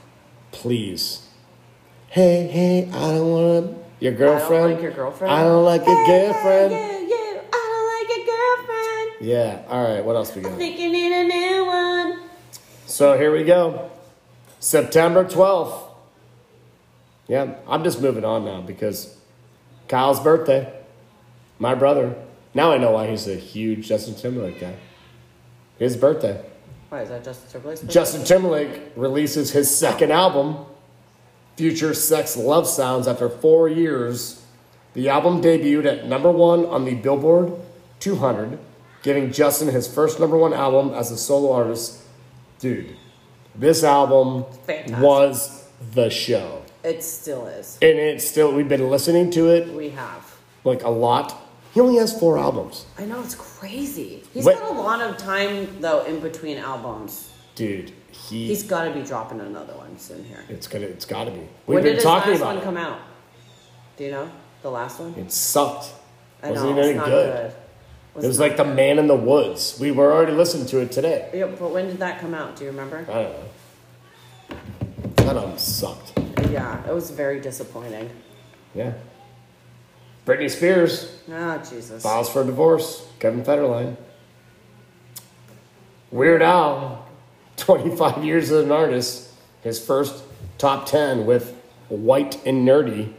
Speaker 1: Please. Hey, hey, I don't want your girlfriend.
Speaker 2: like your girlfriend.
Speaker 1: I don't like your girlfriend.
Speaker 2: Yeah, yeah, I don't like
Speaker 1: Yeah, all right, what else we
Speaker 2: a girlfriend.
Speaker 1: got?
Speaker 2: Think you need a new one.
Speaker 1: So here we go. September 12th. Yeah, I'm just moving on now because Kyle's birthday, my brother. Now I know why he's a huge Justin Timberlake guy. His birthday.
Speaker 2: Why is that Justin Timberlake's birthday?
Speaker 1: Justin Timberlake releases his second album, Future Sex Love Sounds, after four years. The album debuted at number one on the Billboard 200, giving Justin his first number one album as a solo artist. Dude, this album
Speaker 2: Fantastic.
Speaker 1: was the show.
Speaker 2: It still is.
Speaker 1: And it's still, we've been listening to it
Speaker 2: We have.
Speaker 1: like a lot. He only has four albums.
Speaker 2: I know it's crazy. He's
Speaker 1: What-
Speaker 2: got a lot of time though in between albums.
Speaker 1: Dude, he,
Speaker 2: He's got to be dropping another one soon here.
Speaker 1: it's gonna, it's gotta be. We've
Speaker 2: when
Speaker 1: been
Speaker 2: did
Speaker 1: talking
Speaker 2: his last
Speaker 1: about
Speaker 2: one
Speaker 1: it.
Speaker 2: come out? Do you know the last one?
Speaker 1: It sucked.
Speaker 2: I know
Speaker 1: Wasn't even
Speaker 2: it's
Speaker 1: any
Speaker 2: not
Speaker 1: good.
Speaker 2: Was
Speaker 1: It was like the man in the woods. We were already listening to it today.
Speaker 2: Yeah, but when did that come out? Do you remember?
Speaker 1: I don't know. That album sucked.
Speaker 2: Yeah, it was very disappointing.
Speaker 1: Yeah. Britney Spears
Speaker 2: Ah, Jesus.
Speaker 1: files for divorce. Kevin Federline. Weird Al, 25 years as an artist, his first top 10 with White and Nerdy.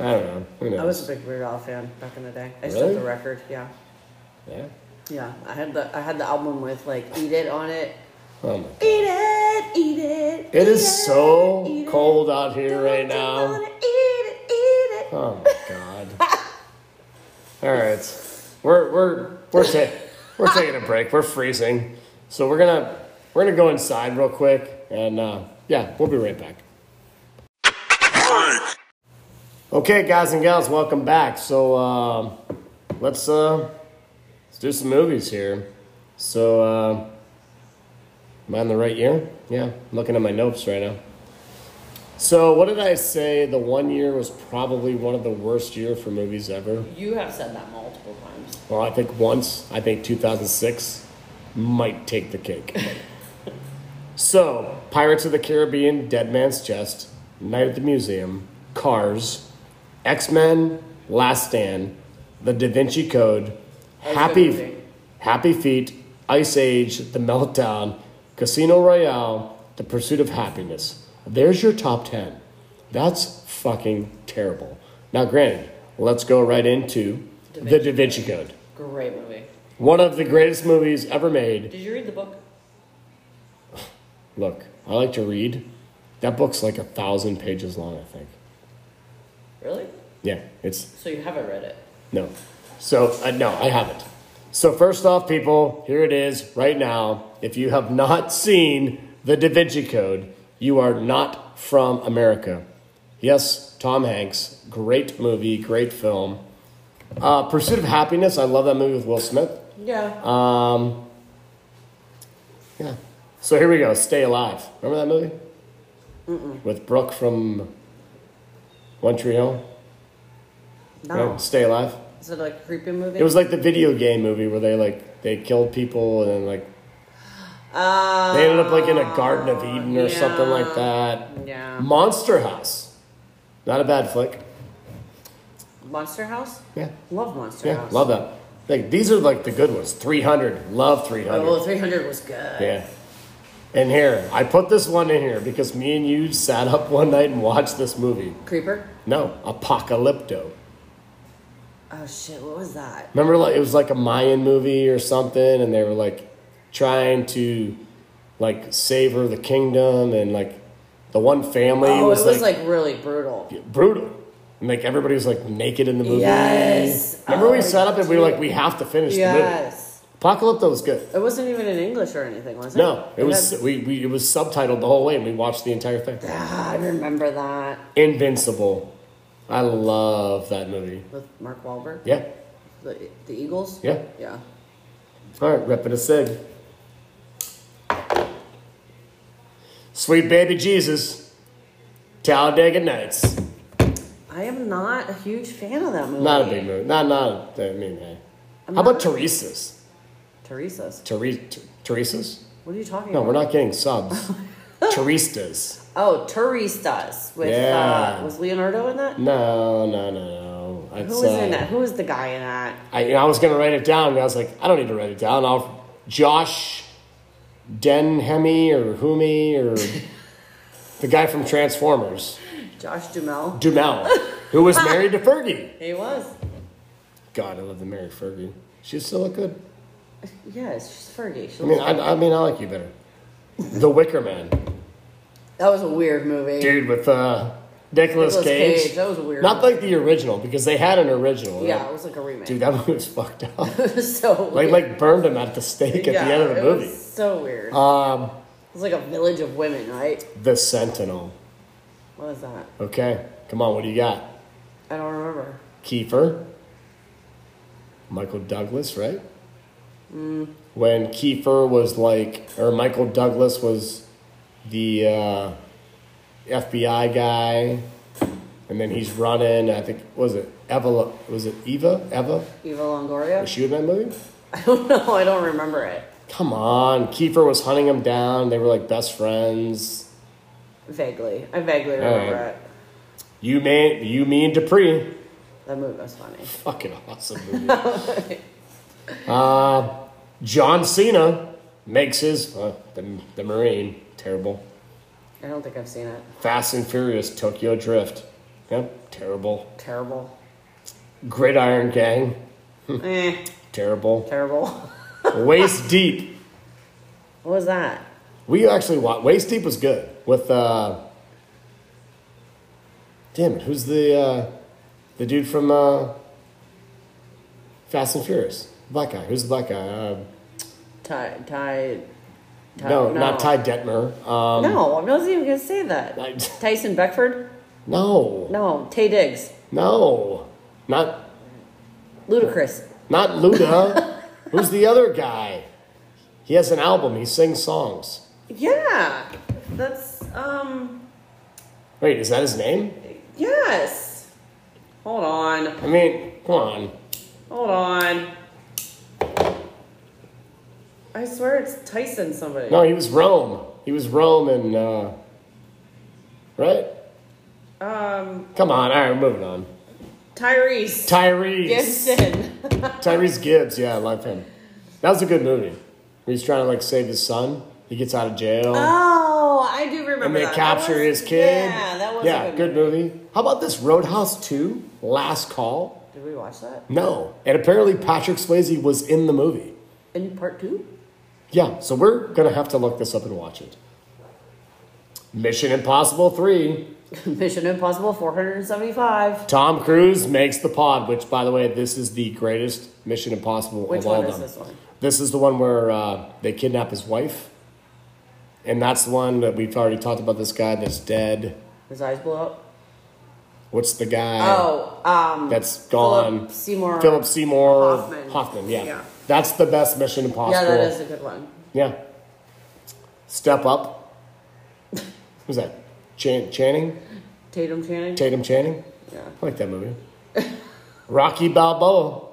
Speaker 1: I don't know. Who knows?
Speaker 2: I was a big Weird Al fan back in the day. I still
Speaker 1: Really?
Speaker 2: have the record. Yeah,
Speaker 1: yeah.
Speaker 2: yeah. I had the I had the album with like Eat It on it.
Speaker 1: Oh my.
Speaker 2: Eat it, eat it.
Speaker 1: It
Speaker 2: eat
Speaker 1: is so
Speaker 2: eat it.
Speaker 1: cold out here
Speaker 2: Don't
Speaker 1: right
Speaker 2: you
Speaker 1: now.
Speaker 2: wanna Eat it, eat it.
Speaker 1: Oh my god. All right. We're we're we're ta- we're taking a break. We're freezing. So we're going to we're going to go inside real quick and uh, yeah, we'll be right back. Okay, guys and gals, welcome back. So um let's uh let's do some movies here. So uh am I on the right year? Yeah, I'm looking at my notes right now. So what did I say? The one year was probably one of the worst year for movies ever.
Speaker 2: You have said that multiple times.
Speaker 1: Well, I think once, I think 2006 might take the cake. so, Pirates of the Caribbean, Dead Man's Chest, Night at the Museum, Cars, X Men, Last Stand, The Da Vinci Code,
Speaker 2: was a good
Speaker 1: Happy,
Speaker 2: movie.
Speaker 1: Happy Feet, Ice Age, The Meltdown, Casino Royale, The Pursuit of Happiness. There's your top 10. That's fucking terrible. Now, granted, let's go right into The Da Vinci Code.
Speaker 2: Great movie.
Speaker 1: One of the greatest movies ever made.
Speaker 2: Did you read the book?
Speaker 1: Look, I like to read. That book's like a thousand pages long, I think.
Speaker 2: Really?
Speaker 1: Yeah, it's
Speaker 2: So you haven't read it.
Speaker 1: no. So, uh, no, I haven't. So, first off, people, here it is right now. If you have not seen The Da Vinci Code, you are not from America. Yes, Tom Hanks, great movie, great film. Uh, Pursuit of Happiness, I love that movie with Will Smith.
Speaker 2: Yeah.
Speaker 1: Um, yeah. So here we go. Stay Alive. Remember that movie? With Brooke from One Tree Hill.
Speaker 2: no.
Speaker 1: Right? Stay Alive.
Speaker 2: Is it like a creepy movie?
Speaker 1: It was like the video game movie where they like they killed people and then like
Speaker 2: Uh,
Speaker 1: they ended up like in a Garden of Eden or something like
Speaker 2: Oh, yeah.
Speaker 1: that.
Speaker 2: Yeah.
Speaker 1: Monster House. Not a bad flick.
Speaker 2: Monster House?
Speaker 1: Yeah.
Speaker 2: Love Monster
Speaker 1: Yeah.
Speaker 2: House.
Speaker 1: Love that. Like these are like the good ones. Three hundred. Love three hundred.
Speaker 2: Oh, 300 was good.
Speaker 1: Yeah. And here, I put this one in here because me and you sat up one night and watched this movie.
Speaker 2: Creeper?
Speaker 1: No, Apocalypto.
Speaker 2: Oh shit, what was that?
Speaker 1: Remember, like it was like a Mayan movie or something, and they were like trying to like savor the kingdom, and like the one family
Speaker 2: Oh,
Speaker 1: was,
Speaker 2: it was
Speaker 1: like,
Speaker 2: like, really brutal.
Speaker 1: brutal, and like everybody was like naked in the movie.
Speaker 2: Yes.
Speaker 1: Remember,
Speaker 2: Oh,
Speaker 1: we sat up and we were
Speaker 2: dude.
Speaker 1: like, we have to finish the movie.
Speaker 2: Yes.
Speaker 1: Apocalypto was good.
Speaker 2: It wasn't even in English or anything, was it?
Speaker 1: No, it was
Speaker 2: had-
Speaker 1: we, we it was subtitled the whole way, and we watched the entire thing.
Speaker 2: Ah, I remember that
Speaker 1: Invincible. I love that movie.
Speaker 2: with Mark Wahlberg,
Speaker 1: Yeah,
Speaker 2: the the Eagles.
Speaker 1: yeah.
Speaker 2: Yeah.
Speaker 1: All right, repping a sig. Sweet baby Jesus, Talladega Nights.
Speaker 2: I am not a huge fan of that movie.
Speaker 1: Not a big movie. Not not. I mean, hey.
Speaker 2: I'm
Speaker 1: how
Speaker 2: not-
Speaker 1: about Teresa's?
Speaker 2: Teresa's.
Speaker 1: Tere- T- Teresa's?
Speaker 2: What are you talking
Speaker 1: No,
Speaker 2: about?
Speaker 1: we're not getting subs. Teristas.
Speaker 2: Oh, Teresa's with
Speaker 1: Yeah.
Speaker 2: uh, was Leonardo in that?
Speaker 1: No, no, no, no.
Speaker 2: Who
Speaker 1: It's,
Speaker 2: was
Speaker 1: uh,
Speaker 2: in that? Who was the guy in that?
Speaker 1: I, I was gonna write it down, but I was like, I don't need to write it down. I'll Josh Denhemi or Humi or the guy from Transformers,
Speaker 2: Josh Dumel.
Speaker 1: Dumel, who was married to Fergie.
Speaker 2: He was.
Speaker 1: God, I love the Mary Fergie. She still look good.
Speaker 2: Yes, she's Fergie. She
Speaker 1: I mean,
Speaker 2: looks-
Speaker 1: I, I mean, I like you better. The Wicker Man,
Speaker 2: that was a weird movie.
Speaker 1: dude, with uh, Nicolas
Speaker 2: Nicolas
Speaker 1: Cage.
Speaker 2: Cage, that was a weird
Speaker 1: Not
Speaker 2: one.
Speaker 1: like the original because they had an original. right?
Speaker 2: Yeah, it was like a remake.
Speaker 1: Dude, that movie was fucked up.
Speaker 2: so
Speaker 1: Like,
Speaker 2: weird.
Speaker 1: like burned him at the stake at
Speaker 2: Yeah,
Speaker 1: the end of the
Speaker 2: it
Speaker 1: movie.
Speaker 2: Was so weird.
Speaker 1: Um,
Speaker 2: It was like a village of women, right?
Speaker 1: the Sentinel.
Speaker 2: What is that?
Speaker 1: Okay, come on, what do you got?
Speaker 2: I don't remember.
Speaker 1: Kiefer, Michael Douglas, right? When Kiefer was like, or Michael Douglas was the uh, FBI guy, and then he's running. I think was it Eva? Was it Eva? Eva?
Speaker 2: Eva Longoria?
Speaker 1: Was she in that movie?
Speaker 2: I don't know. I don't remember it.
Speaker 1: Come on, Kiefer was hunting him down. They were like best friends.
Speaker 2: Vaguely. I vaguely
Speaker 1: All
Speaker 2: remember
Speaker 1: right.
Speaker 2: it.
Speaker 1: You man, you mean Dupree?
Speaker 2: That movie was funny.
Speaker 1: Fucking awesome movie. uh, John Cena makes his uh, the, the Marine terrible.
Speaker 2: I don't think I've seen it.
Speaker 1: Fast and Furious Tokyo Drift. Yep, terrible.
Speaker 2: Terrible.
Speaker 1: Gridiron Gang.
Speaker 2: eh,
Speaker 1: Terrible.
Speaker 2: terrible.
Speaker 1: Waist Deep.
Speaker 2: what was that?
Speaker 1: We actually watched. Waist Deep was good with. Uh, damn it, who's the uh, the dude from uh, Fast and Furious? Black guy. Who's the black guy? Uh,
Speaker 2: Ty. Ty. Ty
Speaker 1: no, not Ty Detmer. Um,
Speaker 2: no, I wasn't even gonna say that.
Speaker 1: I-
Speaker 2: Tyson Beckford?
Speaker 1: No,
Speaker 2: No, Tay Diggs.
Speaker 1: no, not
Speaker 2: Ludacris.
Speaker 1: not Luda. Who's the other guy? He has an album. He sings songs.
Speaker 2: Yeah, that's um.
Speaker 1: Wait, is that his name?
Speaker 2: Yes. Hold on.
Speaker 1: I mean, come on.
Speaker 2: Hold on. I swear it's Tyson somebody.
Speaker 1: No, he was Rome. He was Rome, and uh, right.
Speaker 2: Um,
Speaker 1: Come on. All right, moving on.
Speaker 2: Tyrese
Speaker 1: Tyrese.
Speaker 2: Gibson.
Speaker 1: Tyrese Gibbs. Yeah, I love him. That was a good movie. He's trying to like save his son. He gets out of jail.
Speaker 2: oh, I do remember.
Speaker 1: and they
Speaker 2: that. That
Speaker 1: capture
Speaker 2: was-
Speaker 1: his kid.
Speaker 2: Yeah, that was
Speaker 1: yeah,
Speaker 2: a
Speaker 1: good
Speaker 2: good, movie.
Speaker 1: movie. How about this Roadhouse Two? Last Call.
Speaker 2: Did we watch that
Speaker 1: No. And apparently Patrick Swayze was in the movie.
Speaker 2: in part two?
Speaker 1: Yeah, so we're going to have to look this up and watch it. Mission Impossible 3.
Speaker 2: Mission Impossible 475.
Speaker 1: Tom Cruise makes the pod, which, by the way, this is the greatest Mission Impossible
Speaker 2: Which
Speaker 1: of all
Speaker 2: one is
Speaker 1: of them.
Speaker 2: this one?
Speaker 1: This is the one where uh, they kidnap his wife. And that's the one that we've already talked about this guy that's dead.
Speaker 2: His eyes blow up.
Speaker 1: What's the guy?
Speaker 2: Oh, um,
Speaker 1: That's gone.
Speaker 2: Philip Seymour.
Speaker 1: Philip Seymour
Speaker 2: Hoffman.
Speaker 1: yeah.
Speaker 2: Yeah.
Speaker 1: That's the best Mission Impossible.
Speaker 2: Yeah, that is a good one.
Speaker 1: Yeah. Step up. Who's that? Chan- Channing?
Speaker 2: Tatum Channing.
Speaker 1: Tatum Channing?
Speaker 2: yeah.
Speaker 1: I like that movie. Rocky Balboa.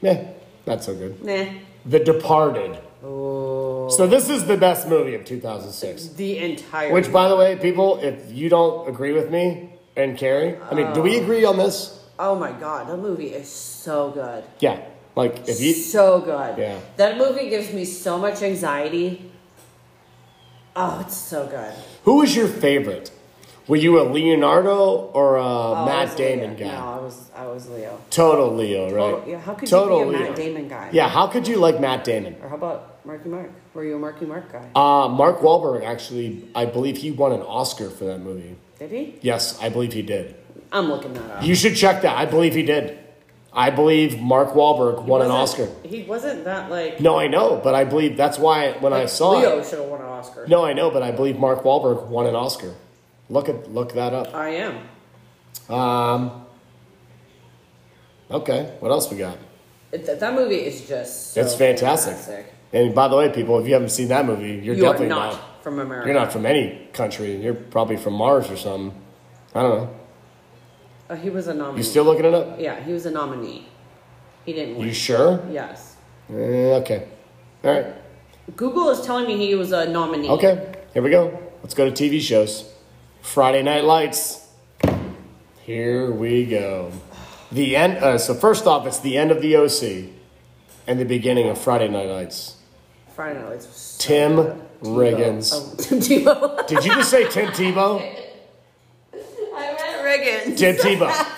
Speaker 1: Yeah, not so good.
Speaker 2: Nah.
Speaker 1: The Departed.
Speaker 2: Oh.
Speaker 1: So this is the best movie of 2006.
Speaker 2: The entire.
Speaker 1: Which, by the way, people, if you don't agree with me and Carrie, I mean, do we agree on this?
Speaker 2: oh my god, that movie is so good.
Speaker 1: Yeah. Like, if you,
Speaker 2: so good.
Speaker 1: Yeah.
Speaker 2: That movie gives me so much anxiety. Oh, it's so good.
Speaker 1: who was your favorite? Were you a Leonardo or a
Speaker 2: Oh, I was
Speaker 1: Matt
Speaker 2: a
Speaker 1: Damon
Speaker 2: Leo.
Speaker 1: guy?
Speaker 2: No, I was I was Leo.
Speaker 1: Total Leo, right?
Speaker 2: Total- yeah, how could you be a Matt Damon guy?
Speaker 1: Yeah, how could you like Matt Damon?
Speaker 2: Or how about Marky Mark? Were you a Marky Mark guy?
Speaker 1: Uh, Mark Wahlberg actually, I believe he won an Oscar for that movie.
Speaker 2: Did he?
Speaker 1: Yes, I believe he did.
Speaker 2: I'm looking that up.
Speaker 1: You should check that. I believe he did. I believe Mark Wahlberg won an Oscar.
Speaker 2: wasn't- He wasn't that like
Speaker 1: No, I know, but I believe that's why when I saw
Speaker 2: Leo
Speaker 1: it.
Speaker 2: should have won an Oscar.
Speaker 1: No, I know, but I believe Mark Wahlberg won an Oscar. Look at look that up.
Speaker 2: I am.
Speaker 1: Um, okay, what else we got?
Speaker 2: It, that, that movie is just so
Speaker 1: That's fantastic.
Speaker 2: fantastic.
Speaker 1: And by the way, people, if you haven't seen that movie, you're
Speaker 2: You are
Speaker 1: definitely
Speaker 2: not
Speaker 1: not
Speaker 2: from America.
Speaker 1: You're not from any country. You're probably from Mars or something. I don't know.
Speaker 2: Uh, he was a nominee.
Speaker 1: You still looking it up?
Speaker 2: Yeah, he was a nominee. He didn't win.
Speaker 1: You sure?
Speaker 2: yes.
Speaker 1: Eh, okay. All right.
Speaker 2: Google is telling me he was a nominee.
Speaker 1: Okay. Here we go. Let's go to TV shows. Friday Night Lights. Here we go. The end. Uh, so first off, it's the end of the OC and the beginning of Friday Night Lights.
Speaker 2: Friday Night Lights was so
Speaker 1: Tim
Speaker 2: good.
Speaker 1: Riggins.
Speaker 2: Oh, Tim Tebow.
Speaker 1: Did you just say Tim Tebow?
Speaker 2: I meant Riggins.
Speaker 1: Tim Tebow.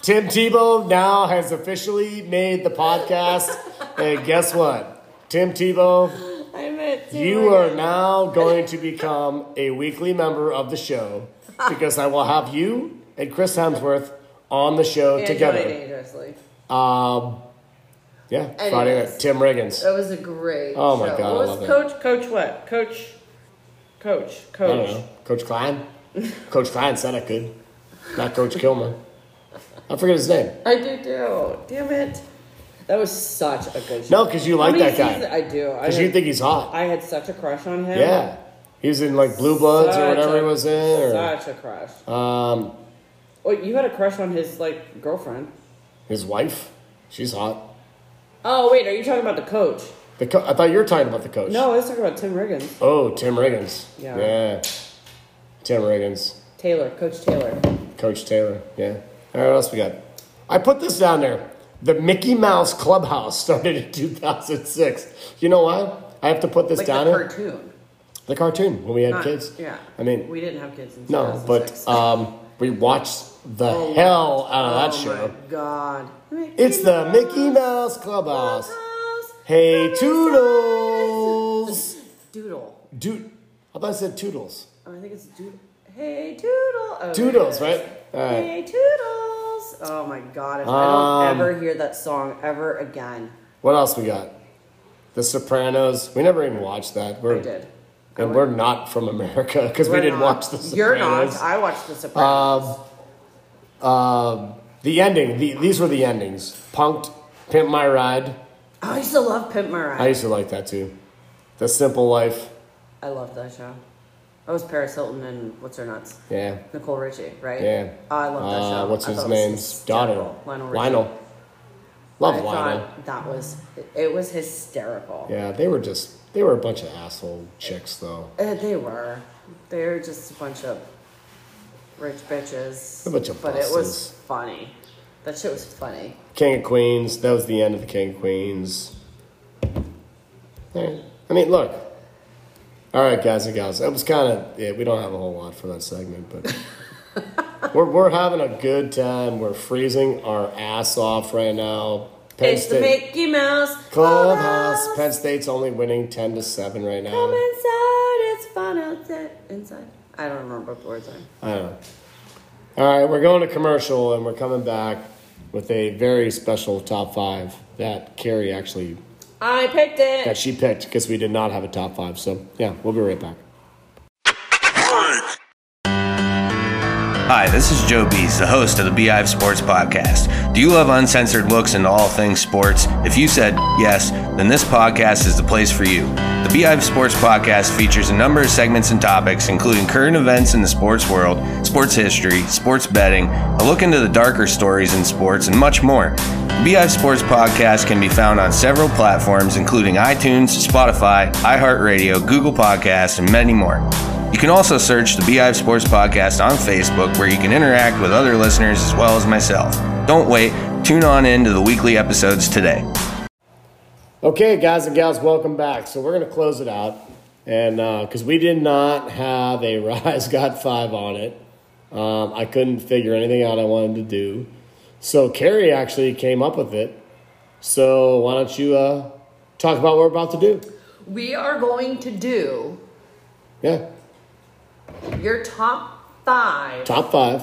Speaker 1: Tim Tebow now has officially made the podcast. And guess what? Tim Tebow
Speaker 2: I meant Tim
Speaker 1: You
Speaker 2: Riggins.
Speaker 1: are now going to become a weekly member of the show because I will have you and Chris Hemsworth on the show
Speaker 2: And Johnny
Speaker 1: together.
Speaker 2: Dangerously.
Speaker 1: Um, yeah, Friday
Speaker 2: Anyways.
Speaker 1: night. Tim Riggins.
Speaker 2: That was a great.
Speaker 1: Oh my
Speaker 2: show.
Speaker 1: God, I
Speaker 2: What
Speaker 1: love
Speaker 2: was
Speaker 1: it.
Speaker 2: coach? Coach what? Coach. Coach.
Speaker 1: I don't
Speaker 2: Coach.
Speaker 1: know. Coach Klein? Coach Klein said I could. Not Coach Kilmer. I forget his name.
Speaker 2: I do do. Damn it. That was such a good show.
Speaker 1: No, because you
Speaker 2: How
Speaker 1: like
Speaker 2: many
Speaker 1: that guy.
Speaker 2: seasons- I do. I
Speaker 1: Because you
Speaker 2: had,
Speaker 1: think he's hot.
Speaker 2: I had such a crush on him.
Speaker 1: Yeah. He was in like Blue Bloods or
Speaker 2: Such
Speaker 1: whatever
Speaker 2: a-
Speaker 1: he was in.
Speaker 2: Such a crush.
Speaker 1: Or, um,
Speaker 2: Oh, you had a crush on his like girlfriend.
Speaker 1: his wife. She's hot.
Speaker 2: Oh wait, are you talking about the coach?
Speaker 1: The co- I thought you were talking about the coach.
Speaker 2: No, I was talking about Tim Riggins.
Speaker 1: Oh, Tim Riggins.
Speaker 2: Yeah.
Speaker 1: Tim Riggins.
Speaker 2: Taylor, Coach Taylor.
Speaker 1: Coach Taylor. Yeah. All right, what else we got? I put this down there. The Mickey Mouse Clubhouse started in 2006. You know why? I have to put this
Speaker 2: Like
Speaker 1: down
Speaker 2: the
Speaker 1: here.
Speaker 2: cartoon.
Speaker 1: the cartoon when we had
Speaker 2: Not-
Speaker 1: kids.
Speaker 2: Yeah.
Speaker 1: I mean,
Speaker 2: we didn't have kids in
Speaker 1: no, but
Speaker 2: 2006.
Speaker 1: um, we watched the
Speaker 2: Oh,
Speaker 1: hell out of that
Speaker 2: oh
Speaker 1: show.
Speaker 2: my god.
Speaker 1: It's the Mickey Mouse Clubhouse. Hey, Toodles.
Speaker 2: Doodle.
Speaker 1: Dude, I thought I said Toodles.
Speaker 2: Oh, I think it's Doodle. Hey, Doodle. Oh,
Speaker 1: Toodles,
Speaker 2: yeah.
Speaker 1: right? All right.
Speaker 2: Hey, Toodles. Oh my god, if I
Speaker 1: Um,
Speaker 2: don't ever hear that song ever again.
Speaker 1: What else we got? The Sopranos. We never even watched that. We're,
Speaker 2: I did. I
Speaker 1: And
Speaker 2: would-
Speaker 1: we're not from America because we
Speaker 2: We're
Speaker 1: didn't
Speaker 2: not-
Speaker 1: watch The Sopranos.
Speaker 2: You're not. I watched The Sopranos.
Speaker 1: Um, um, the ending. The, these were the endings. Punked, Pimp My Ride.
Speaker 2: I used to love Pimp My
Speaker 1: I
Speaker 2: Ride.
Speaker 1: used to like that too. The Simple Life.
Speaker 2: I, loved that show. That was Paris Hilton and what's her nuts?
Speaker 1: Yeah.
Speaker 2: Nicole Richie, right? Oh,
Speaker 1: Yeah.
Speaker 2: I love that
Speaker 1: Uh,
Speaker 2: show.
Speaker 1: what's
Speaker 2: I
Speaker 1: his
Speaker 2: thought it was
Speaker 1: name's daughter?
Speaker 2: hysterical. Lionel Richie.
Speaker 1: Lionel. Love
Speaker 2: I
Speaker 1: Lionel.
Speaker 2: thought that was it was hysterical.
Speaker 1: Yeah, they were just they were a bunch of asshole chicks though.
Speaker 2: Uh, they were. They were just a bunch of rich bitches.
Speaker 1: A bunch of
Speaker 2: But it was
Speaker 1: bosses.
Speaker 2: funny. That shit was funny.
Speaker 1: King of Queens. That was the end of the King of Queens. All right. I mean, look. All right, guys and gals. That was kind of it. We don't have a whole lot for that segment, but we're, we're having a good time. We're freezing our ass off right now. Penn
Speaker 2: it's the
Speaker 1: State
Speaker 2: Mickey Mouse
Speaker 1: clubhouse.
Speaker 2: Clubhouse.
Speaker 1: Penn State's only winning ten to seven right now.
Speaker 2: Come inside. It's fun outside. Inside. I don't remember what the words are.
Speaker 1: I don't know. All right, we're going to commercial and we're coming back with a very special top five that Carrie actually
Speaker 2: I picked it.
Speaker 1: that she picked because we did not have a top five. So yeah, we'll be right back.
Speaker 3: Hi, this is Joe Bees, the host of the Beehive Sports Podcast. Do you love uncensored looks into all things sports? If you said yes, then this podcast is the place for you. The Beehive Sports Podcast features a number of segments and topics, including current events in the sports world, sports history, sports betting, a look into the darker stories in sports, and much more. The Beehive Sports Podcast can be found on several platforms, including iTunes, Spotify, iHeartRadio, Google Podcasts, and many more. You can also search the Beehive Sports Podcast on Facebook, where you can interact with other listeners as well as myself. Don't wait, tune on in to the weekly episodes today.
Speaker 1: Okay, guys and gals, welcome back. So we're gonna close it out, and because we did not have a rise got five on it, um, I couldn't figure anything out I wanted to do. So Carrie actually came up with it. So why don't you uh, talk about what we're about to do?
Speaker 2: We are going to do
Speaker 1: Yeah,
Speaker 2: your top five
Speaker 1: top five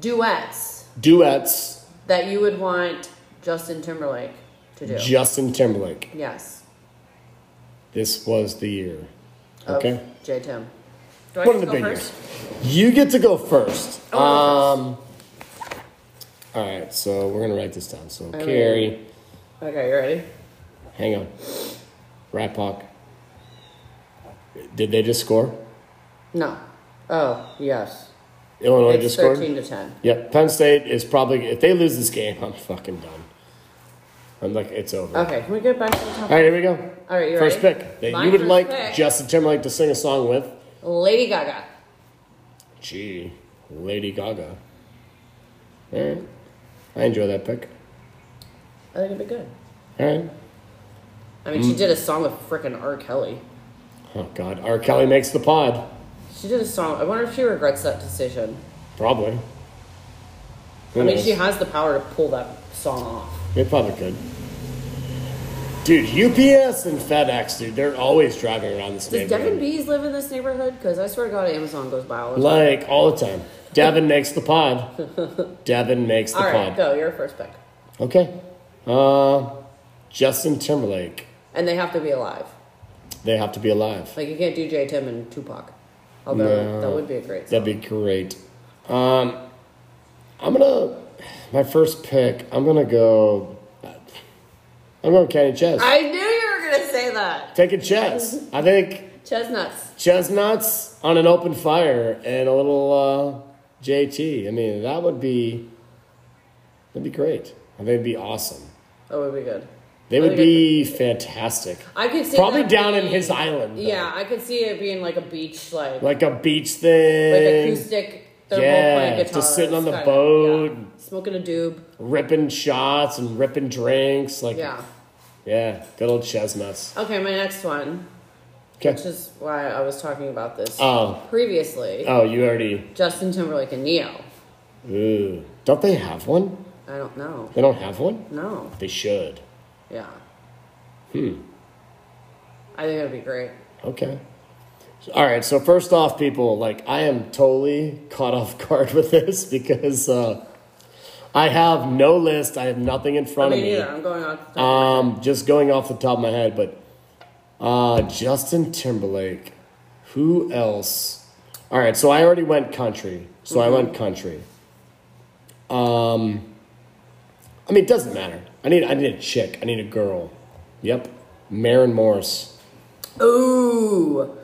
Speaker 2: duets
Speaker 1: duets
Speaker 2: that you would want Justin Timberlake to do.
Speaker 1: Justin Timberlake.
Speaker 2: yes.
Speaker 1: This was the year.
Speaker 2: Of
Speaker 1: Okay.
Speaker 2: J Tim. Do I
Speaker 1: One of
Speaker 2: get
Speaker 1: the
Speaker 2: to go
Speaker 1: big
Speaker 2: first?
Speaker 1: years. You get to go first.
Speaker 2: I wanna
Speaker 1: Um, all right, so we're gonna write this down. So
Speaker 2: ready.
Speaker 1: Carrie,
Speaker 2: Okay, you ready?
Speaker 1: hang on. Rat Pack. Did they just score?
Speaker 2: No. Oh, yes.
Speaker 1: Illinois
Speaker 2: It's
Speaker 1: just scored.
Speaker 2: 13 to 10.
Speaker 1: Yep. Penn State is probably if they lose this game, I'm fucking done. I'm like, it's over.
Speaker 2: Okay, can we get back to the top?
Speaker 1: All right, here we go.
Speaker 2: All right, you
Speaker 1: first
Speaker 2: ready?
Speaker 1: pick that
Speaker 2: My
Speaker 1: you would
Speaker 2: first
Speaker 1: like
Speaker 2: pick.
Speaker 1: Justin Timberlake to sing a song with.
Speaker 2: Lady Gaga.
Speaker 1: Gee, Lady Gaga. All right, I enjoy that pick.
Speaker 2: I think it'd be good.
Speaker 1: All right.
Speaker 2: I mean,
Speaker 1: Hmm.
Speaker 2: she did a song with frickin' R. Kelly.
Speaker 1: Oh God, R. Kelly makes the pod.
Speaker 2: She did a song. I wonder if she regrets that decision.
Speaker 1: Probably. Who
Speaker 2: I mean,
Speaker 1: knows?
Speaker 2: she has the power to pull that song off.
Speaker 1: They probably could. Dude, UPS and FedEx, dude, they're always driving around this
Speaker 2: Does
Speaker 1: neighborhood.
Speaker 2: Devin Bees live in this neighborhood? Because I swear to God, Amazon goes by all the time.
Speaker 1: like all the time. Devin makes the pod. Devin makes the
Speaker 2: All right,
Speaker 1: pod.
Speaker 2: go. You're first pick.
Speaker 1: Okay. Uh, Justin Timberlake.
Speaker 2: And they have to be alive.
Speaker 1: They have to be alive.
Speaker 2: Like, you can't do J. Tim and Tupac. Although,
Speaker 1: No.
Speaker 2: that would be a great song.
Speaker 1: That'd be great. Um, I'm gonna my first pick. I'm gonna go. I'm going Kenny Chess.
Speaker 2: I knew you were going to say that.
Speaker 1: Take a chess. I think
Speaker 2: Chestnuts.
Speaker 1: chestnuts on an open fire and a little uh, JT. I mean, that would be that'd be great. I think it'd be awesome.
Speaker 2: That would be good.
Speaker 1: They would
Speaker 2: That'd
Speaker 1: be fantastic.
Speaker 2: I could see
Speaker 1: Probably
Speaker 2: that
Speaker 1: down in
Speaker 2: being-
Speaker 1: his island. though.
Speaker 2: Yeah, I could see it being like a beach, like like,
Speaker 1: Like a beach thing,
Speaker 2: acoustic. They're
Speaker 1: Yeah,
Speaker 2: both playing
Speaker 1: just
Speaker 2: guitar.
Speaker 1: sitting on the
Speaker 2: kinda,
Speaker 1: boat.
Speaker 2: yeah. smoking a doob.
Speaker 1: ripping shots and ripping drinks. Like
Speaker 2: Yeah.
Speaker 1: yeah, good old chestnuts.
Speaker 2: Okay, my next one,
Speaker 1: Okay.
Speaker 2: which is why I was talking about this
Speaker 1: Oh,
Speaker 2: previously.
Speaker 1: oh, you already.
Speaker 2: Justin Timberlake and Neo.
Speaker 1: Ooh, don't they have one?
Speaker 2: I don't know.
Speaker 1: They don't have one.
Speaker 2: No.
Speaker 1: They should.
Speaker 2: Yeah. Hmm.
Speaker 1: Hmm.
Speaker 2: I think that'd be great.
Speaker 1: Okay. All right. So first off, people, like I am totally caught off guard with this because uh, I have no list. I have nothing in
Speaker 2: I
Speaker 1: front
Speaker 2: mean, either
Speaker 1: of me.
Speaker 2: I'm going on. To
Speaker 1: Um, just going off the top of my head, but uh, Justin Timberlake. Who else? All right. So I already went country. So
Speaker 2: Mm-hmm.
Speaker 1: I went country. Um, I mean, it doesn't matter. I need. I need a chick. I need a girl. Yep. Maren Morse.
Speaker 2: ooh,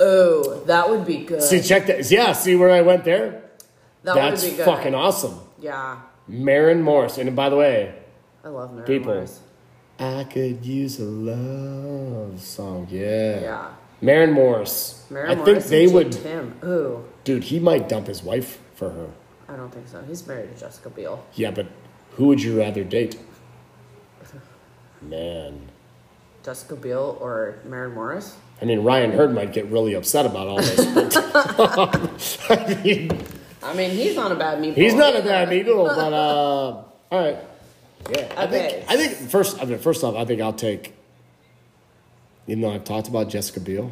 Speaker 2: ooh, that would be good.
Speaker 1: See, check that. Yeah, see where I went there?
Speaker 2: that
Speaker 1: That's
Speaker 2: would be good.
Speaker 1: fucking awesome.
Speaker 2: Yeah,
Speaker 1: Marin Morse. And by the way,
Speaker 2: I love Mary
Speaker 1: People.
Speaker 2: Morris.
Speaker 1: I could use a love song. Yeah.
Speaker 2: Yeah.
Speaker 1: Marin Morse.
Speaker 2: Mary
Speaker 1: I
Speaker 2: Morris
Speaker 1: think they
Speaker 2: and
Speaker 1: would.
Speaker 2: Tim. Ooh,
Speaker 1: Dude, he might dump his wife for her.
Speaker 2: I don't think so. He's married to Jessica Biel.
Speaker 1: Yeah, but who would you rather date? Man.
Speaker 2: Jessica Biel or Maren Morris?
Speaker 1: I mean, Ryan Hurd might get really upset about all this. but- I mean,
Speaker 2: I mean, he's not a bad meatball.
Speaker 1: he's not a
Speaker 2: either.
Speaker 1: bad needle, but uh, all right. Yeah, I
Speaker 2: Okay.
Speaker 1: think I think first. I mean, first off, I think I'll take. Even though I've talked about Jessica Biel,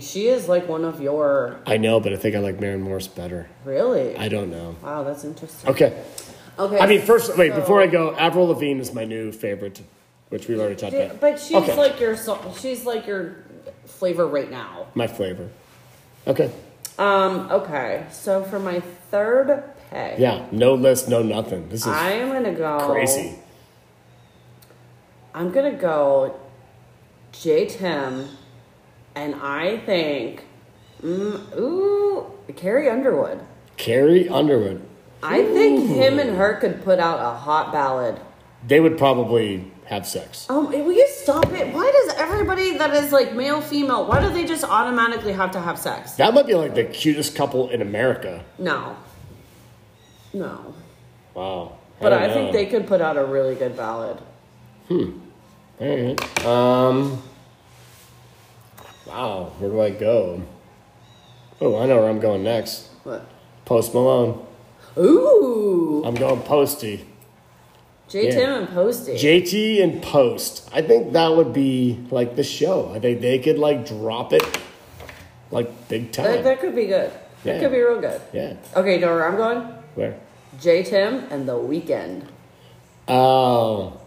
Speaker 2: She is like one of your
Speaker 1: I know, but I think I like Maren Morris better.
Speaker 2: really.
Speaker 1: I don't know.
Speaker 2: wow, that's interesting.
Speaker 1: Okay,
Speaker 2: Okay.
Speaker 1: I mean, first wait
Speaker 2: so-
Speaker 1: before I go. Avril Lavigne is my new favorite, which we've already talked
Speaker 2: Di-
Speaker 1: about.
Speaker 2: but she's
Speaker 1: Okay.
Speaker 2: like your so- she's like your flavor right now.
Speaker 1: my flavor. Okay,
Speaker 2: Um. Okay. So for my third pick,
Speaker 1: yeah, no list, no nothing. This is
Speaker 2: I am gonna go
Speaker 1: crazy.
Speaker 2: I'm gonna go J Tim, and I think, mm, ooh, Carrie Underwood.
Speaker 1: Carrie Underwood.
Speaker 2: I think him and her could put out a hot ballad.
Speaker 1: They would probably have sex.
Speaker 2: Um, will you stop it? Why does everybody that is like male, female, why do they just automatically have to have sex?
Speaker 1: That might be like the cutest couple in America.
Speaker 2: No. No.
Speaker 1: Wow.
Speaker 2: But
Speaker 1: don't
Speaker 2: I,
Speaker 1: know.
Speaker 2: think they could put out a really good ballad.
Speaker 1: All right. Um. Wow, where do I go? Oh, I know where I'm going next.
Speaker 2: What?
Speaker 1: Post Malone.
Speaker 2: Ooh.
Speaker 1: I'm going Posty.
Speaker 2: J
Speaker 1: yeah.
Speaker 2: Tim and Posty.
Speaker 1: JT and Post. I think that would be like the show. I think they could like drop it like big
Speaker 2: that,
Speaker 1: time.
Speaker 2: that could be good. That
Speaker 1: Yeah.
Speaker 2: could be real good.
Speaker 1: yeah.
Speaker 2: Okay, Dora, I'm going.
Speaker 1: Where?
Speaker 2: J Tim and The Weekend.
Speaker 1: Oh.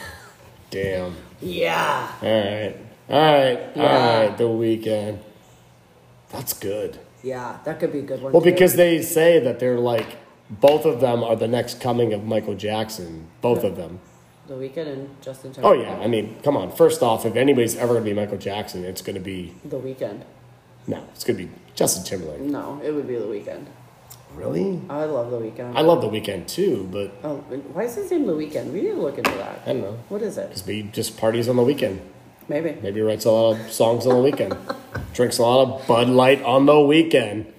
Speaker 1: Damn.
Speaker 2: Yeah.
Speaker 1: All right. All right.
Speaker 2: Yeah.
Speaker 1: All right. The weekend. That's good.
Speaker 2: Yeah, that could be a good one.
Speaker 1: Well,
Speaker 2: too.
Speaker 1: because they say that they're like, both of them are the next coming of Michael Jackson. Both of them.
Speaker 2: The Weekend and Justin
Speaker 1: Oh,
Speaker 2: Timberlake.
Speaker 1: yeah. I mean, come on. First off, if anybody's ever going to be Michael Jackson, it's going to be,
Speaker 2: The Weekend.
Speaker 1: no, it's going to be Justin Timberlake.
Speaker 2: No, it would be The Weekend.
Speaker 1: Really?
Speaker 2: I love The Weekend.
Speaker 1: I love The weekend too, but
Speaker 2: oh, and why is his name The Weekend? We need to look into that.
Speaker 1: I don't know.
Speaker 2: What is it?
Speaker 1: Because he just parties on the weekend.
Speaker 2: Maybe.
Speaker 1: Maybe he writes a lot of songs on the weekend. Drinks a lot of Bud Light on the weekend.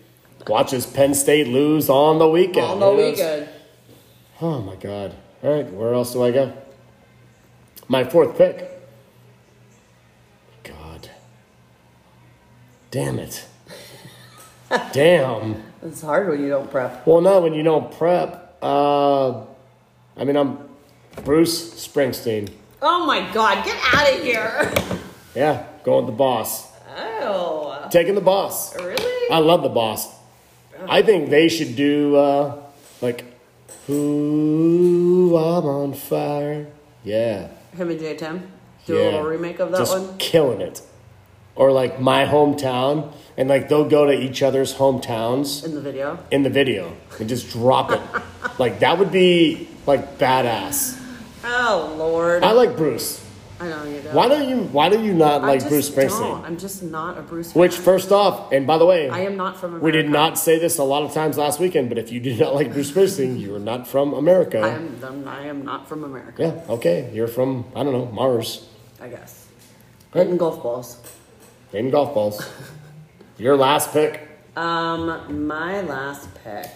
Speaker 1: Watches Penn State lose on the weekend.
Speaker 2: On the
Speaker 1: You know, it's-
Speaker 2: Weekend.
Speaker 1: Oh my God. All right, where else do I go? My fourth pick. God. Damn it. Damn.
Speaker 2: It's hard when you don't prep.
Speaker 1: Well, no, when you don't prep, uh, I mean, I'm Bruce Springsteen.
Speaker 2: Oh my God! Get out of here.
Speaker 1: Yeah, going with the boss.
Speaker 2: Oh,
Speaker 1: Taking the boss.
Speaker 2: really?
Speaker 1: I love the boss. I think they should do uh, like, ooh, I'm on fire. Yeah.
Speaker 2: Him and J Tim do a
Speaker 1: yeah.
Speaker 2: little remake of that
Speaker 1: Just
Speaker 2: one.
Speaker 1: Killing it. Or like my hometown, and like they'll go to each other's hometowns
Speaker 2: in the video.
Speaker 1: in the video and just drop it. like that would be like badass.
Speaker 2: Oh Lord,
Speaker 1: I
Speaker 2: I,
Speaker 1: like Bruce.
Speaker 2: know you don't.
Speaker 1: Why don't you? Why do you not
Speaker 2: I
Speaker 1: like
Speaker 2: just
Speaker 1: Bruce Springsteen?
Speaker 2: Don't. I'm just not a Bruce. Fan.
Speaker 1: Which, first off, and by the way,
Speaker 2: I am not from. America.
Speaker 1: We did not say this a lot of times last weekend, but if you do not like Bruce Springsteen, you are not from America.
Speaker 2: I am. I'm- I am not from America.
Speaker 1: yeah, okay. You're from, I don't know, Mars.
Speaker 2: I guess.
Speaker 1: Right.
Speaker 2: Hitting golf balls.
Speaker 1: Hitting golf balls. Your last pick.
Speaker 2: Um, my last pick.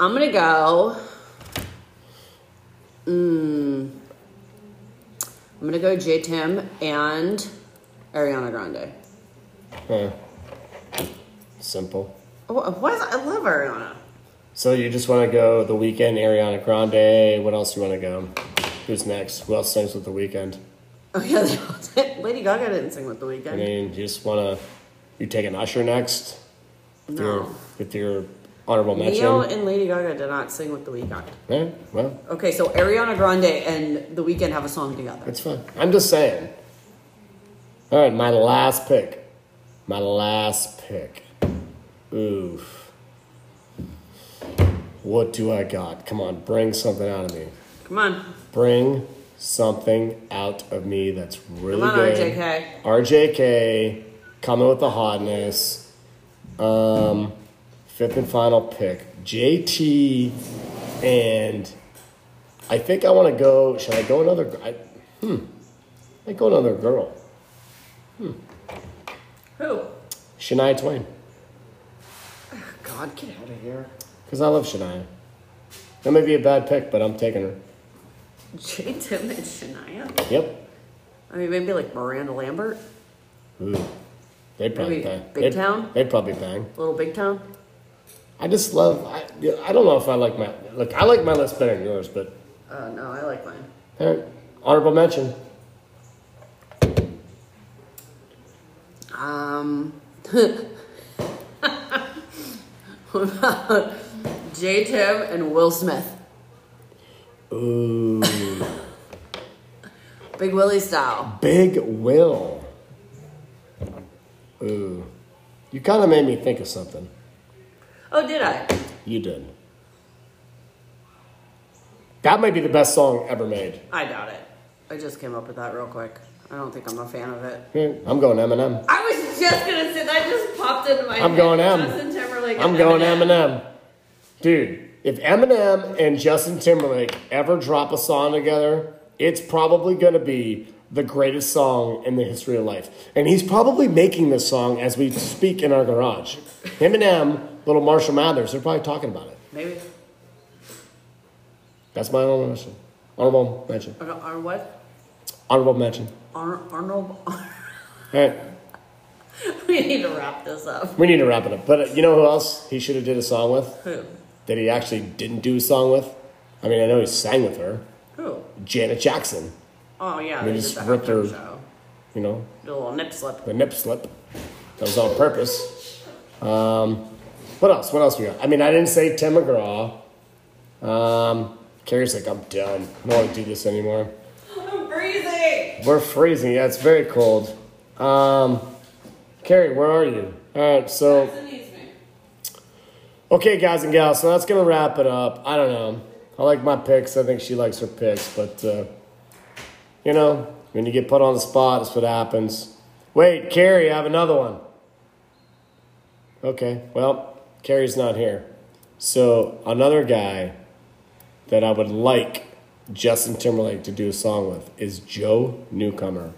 Speaker 2: I'm gonna go. Mm, I'm gonna go J Tim and Ariana Grande.
Speaker 1: Huh. Simple.
Speaker 2: Oh, why is, I love Ariana.
Speaker 1: So you just want to go The Weekend, Ariana Grande. What else do you want to go? Who's next? Who else sings with The Weekend?
Speaker 2: Oh yeah, they all did. Lady Gaga didn't sing with the
Speaker 1: I
Speaker 2: weekend.
Speaker 1: mean, you just want to, you take an Usher next? With your,
Speaker 2: No.
Speaker 1: with your honorable mention?
Speaker 2: Neo and Lady Gaga did not sing with the weekend.
Speaker 1: Eh, well,
Speaker 2: Okay, so Ariana Grande and the weekend have a song together.
Speaker 1: It's fine. I'm just saying. All right, my last pick. My last pick. Oof. What do I got? Come on, bring something out of me.
Speaker 2: Come on,
Speaker 1: Bring something out of me that's really
Speaker 2: Come on,
Speaker 1: good.
Speaker 2: RJK.
Speaker 1: RJK, coming with the hotness. Um, fifth and final pick, JT, and I think I want to go. Should I go another? gr- I, hmm, I go another girl.
Speaker 2: who?
Speaker 1: Shania Twain,
Speaker 2: God, get out of here.
Speaker 1: because I love Shania. That may be a bad pick, but I'm taking her.
Speaker 2: J Tim and Shania.
Speaker 1: Yep.
Speaker 2: I mean, maybe like Miranda Lambert,
Speaker 1: Ooh. They'd probably
Speaker 2: Maybe
Speaker 1: bang.
Speaker 2: Big
Speaker 1: they'd,
Speaker 2: Town?
Speaker 1: They'd probably bang.
Speaker 2: Little Big Town.
Speaker 1: I just love. I, I don't know if I like my look. I like my list better than yours, but
Speaker 2: Uh, no, I like mine.
Speaker 1: all right, honorable mention.
Speaker 2: Um, what about J Tim and Will Smith,
Speaker 1: Ooh,
Speaker 2: Big Willie style.
Speaker 1: Big Will. Ooh, you kind of made me think of something.
Speaker 2: Oh, did I?
Speaker 1: You did. That might be the best song ever made.
Speaker 2: I doubt it. I just came up with that real quick. I don't think I'm a fan of it.
Speaker 1: Yeah, I'm going Eminem.
Speaker 2: I was just gonna say that just popped into my.
Speaker 1: I'm
Speaker 2: head.
Speaker 1: going M.
Speaker 2: Justin Timberlake.
Speaker 1: I'm
Speaker 2: and
Speaker 1: going Eminem. Dude, if Eminem and Justin Timberlake ever drop a song together, it's probably going to be the greatest song in the history of life. And he's probably making this song as we speak in our garage. Him and M, little Marshall Mathers, they're probably talking about it.
Speaker 2: Maybe.
Speaker 1: That's my honorable mention. Honorable mention.
Speaker 2: Or, or what?
Speaker 1: Honorable mention.
Speaker 2: Ar- Arnold.
Speaker 1: All right,
Speaker 2: we need to wrap this up.
Speaker 1: we need to wrap it up. But uh, you know who else he should have did a song with
Speaker 2: Who?
Speaker 1: that he actually didn't do a song with? I mean, I know he sang with her.
Speaker 2: Who?
Speaker 1: Janet Jackson.
Speaker 2: Oh yeah,
Speaker 1: They
Speaker 2: they
Speaker 1: just
Speaker 2: did that
Speaker 1: ripped
Speaker 2: Hot Tub
Speaker 1: her-
Speaker 2: show.
Speaker 1: You know,
Speaker 2: Did a little nip slip.
Speaker 1: the nip slip. That was on purpose. Um, what else? What else we got? I mean, I didn't say Tim McGraw. Um, Carrie's like, I'm done. I don't want to do this anymore.
Speaker 2: I'm freezing.
Speaker 1: We're freezing. Yeah, it's very cold. Um, Carrie, where are you? All right, so. Okay, guys and gals, so that's gonna wrap it up. I don't know. I like my picks. I think she likes her picks, but uh, you know, when you get put on the spot, that's what happens. Wait, Carrie, I have another one. Okay, well, Carrie's not here, so another guy that I would like Justin Timberlake to do a song with is Joe Newcomer.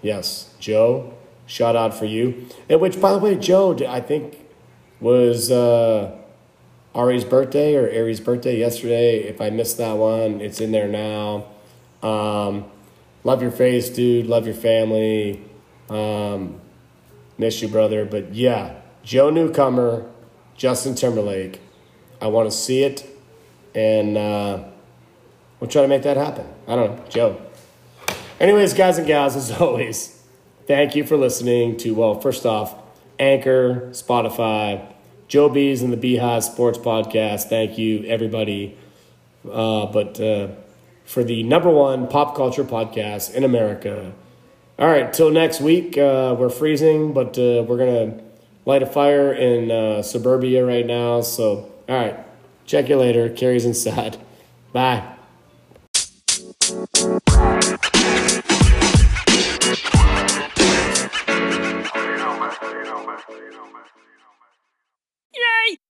Speaker 1: Yes, Joe. Shout out for you. And which, by the way, Joe, did- I think was uh, Ari's birthday or Ari's birthday yesterday. If I missed that one, it's in there now. Um, love your face, dude. Love your family. Um, miss you, brother. But yeah, Joe Newcomer, Justin Timberlake. I want to see it, and uh, we'll try to make that happen. I don't know, Joe. Anyways, guys and gals, as always, thank you for listening to, well, first off, Anchor, Spotify, Joe Bees and the Beehive Sports Podcast. Thank you, everybody. Uh, but uh, for the number one pop culture podcast in America. All right, till next week. Uh, we're freezing, but uh, we're going to light a fire in uh, suburbia right now. So, all right, check you later. Carrie's inside. Bye.
Speaker 5: You know, man. You know, man. You know, man. You know, man.
Speaker 6: Yay!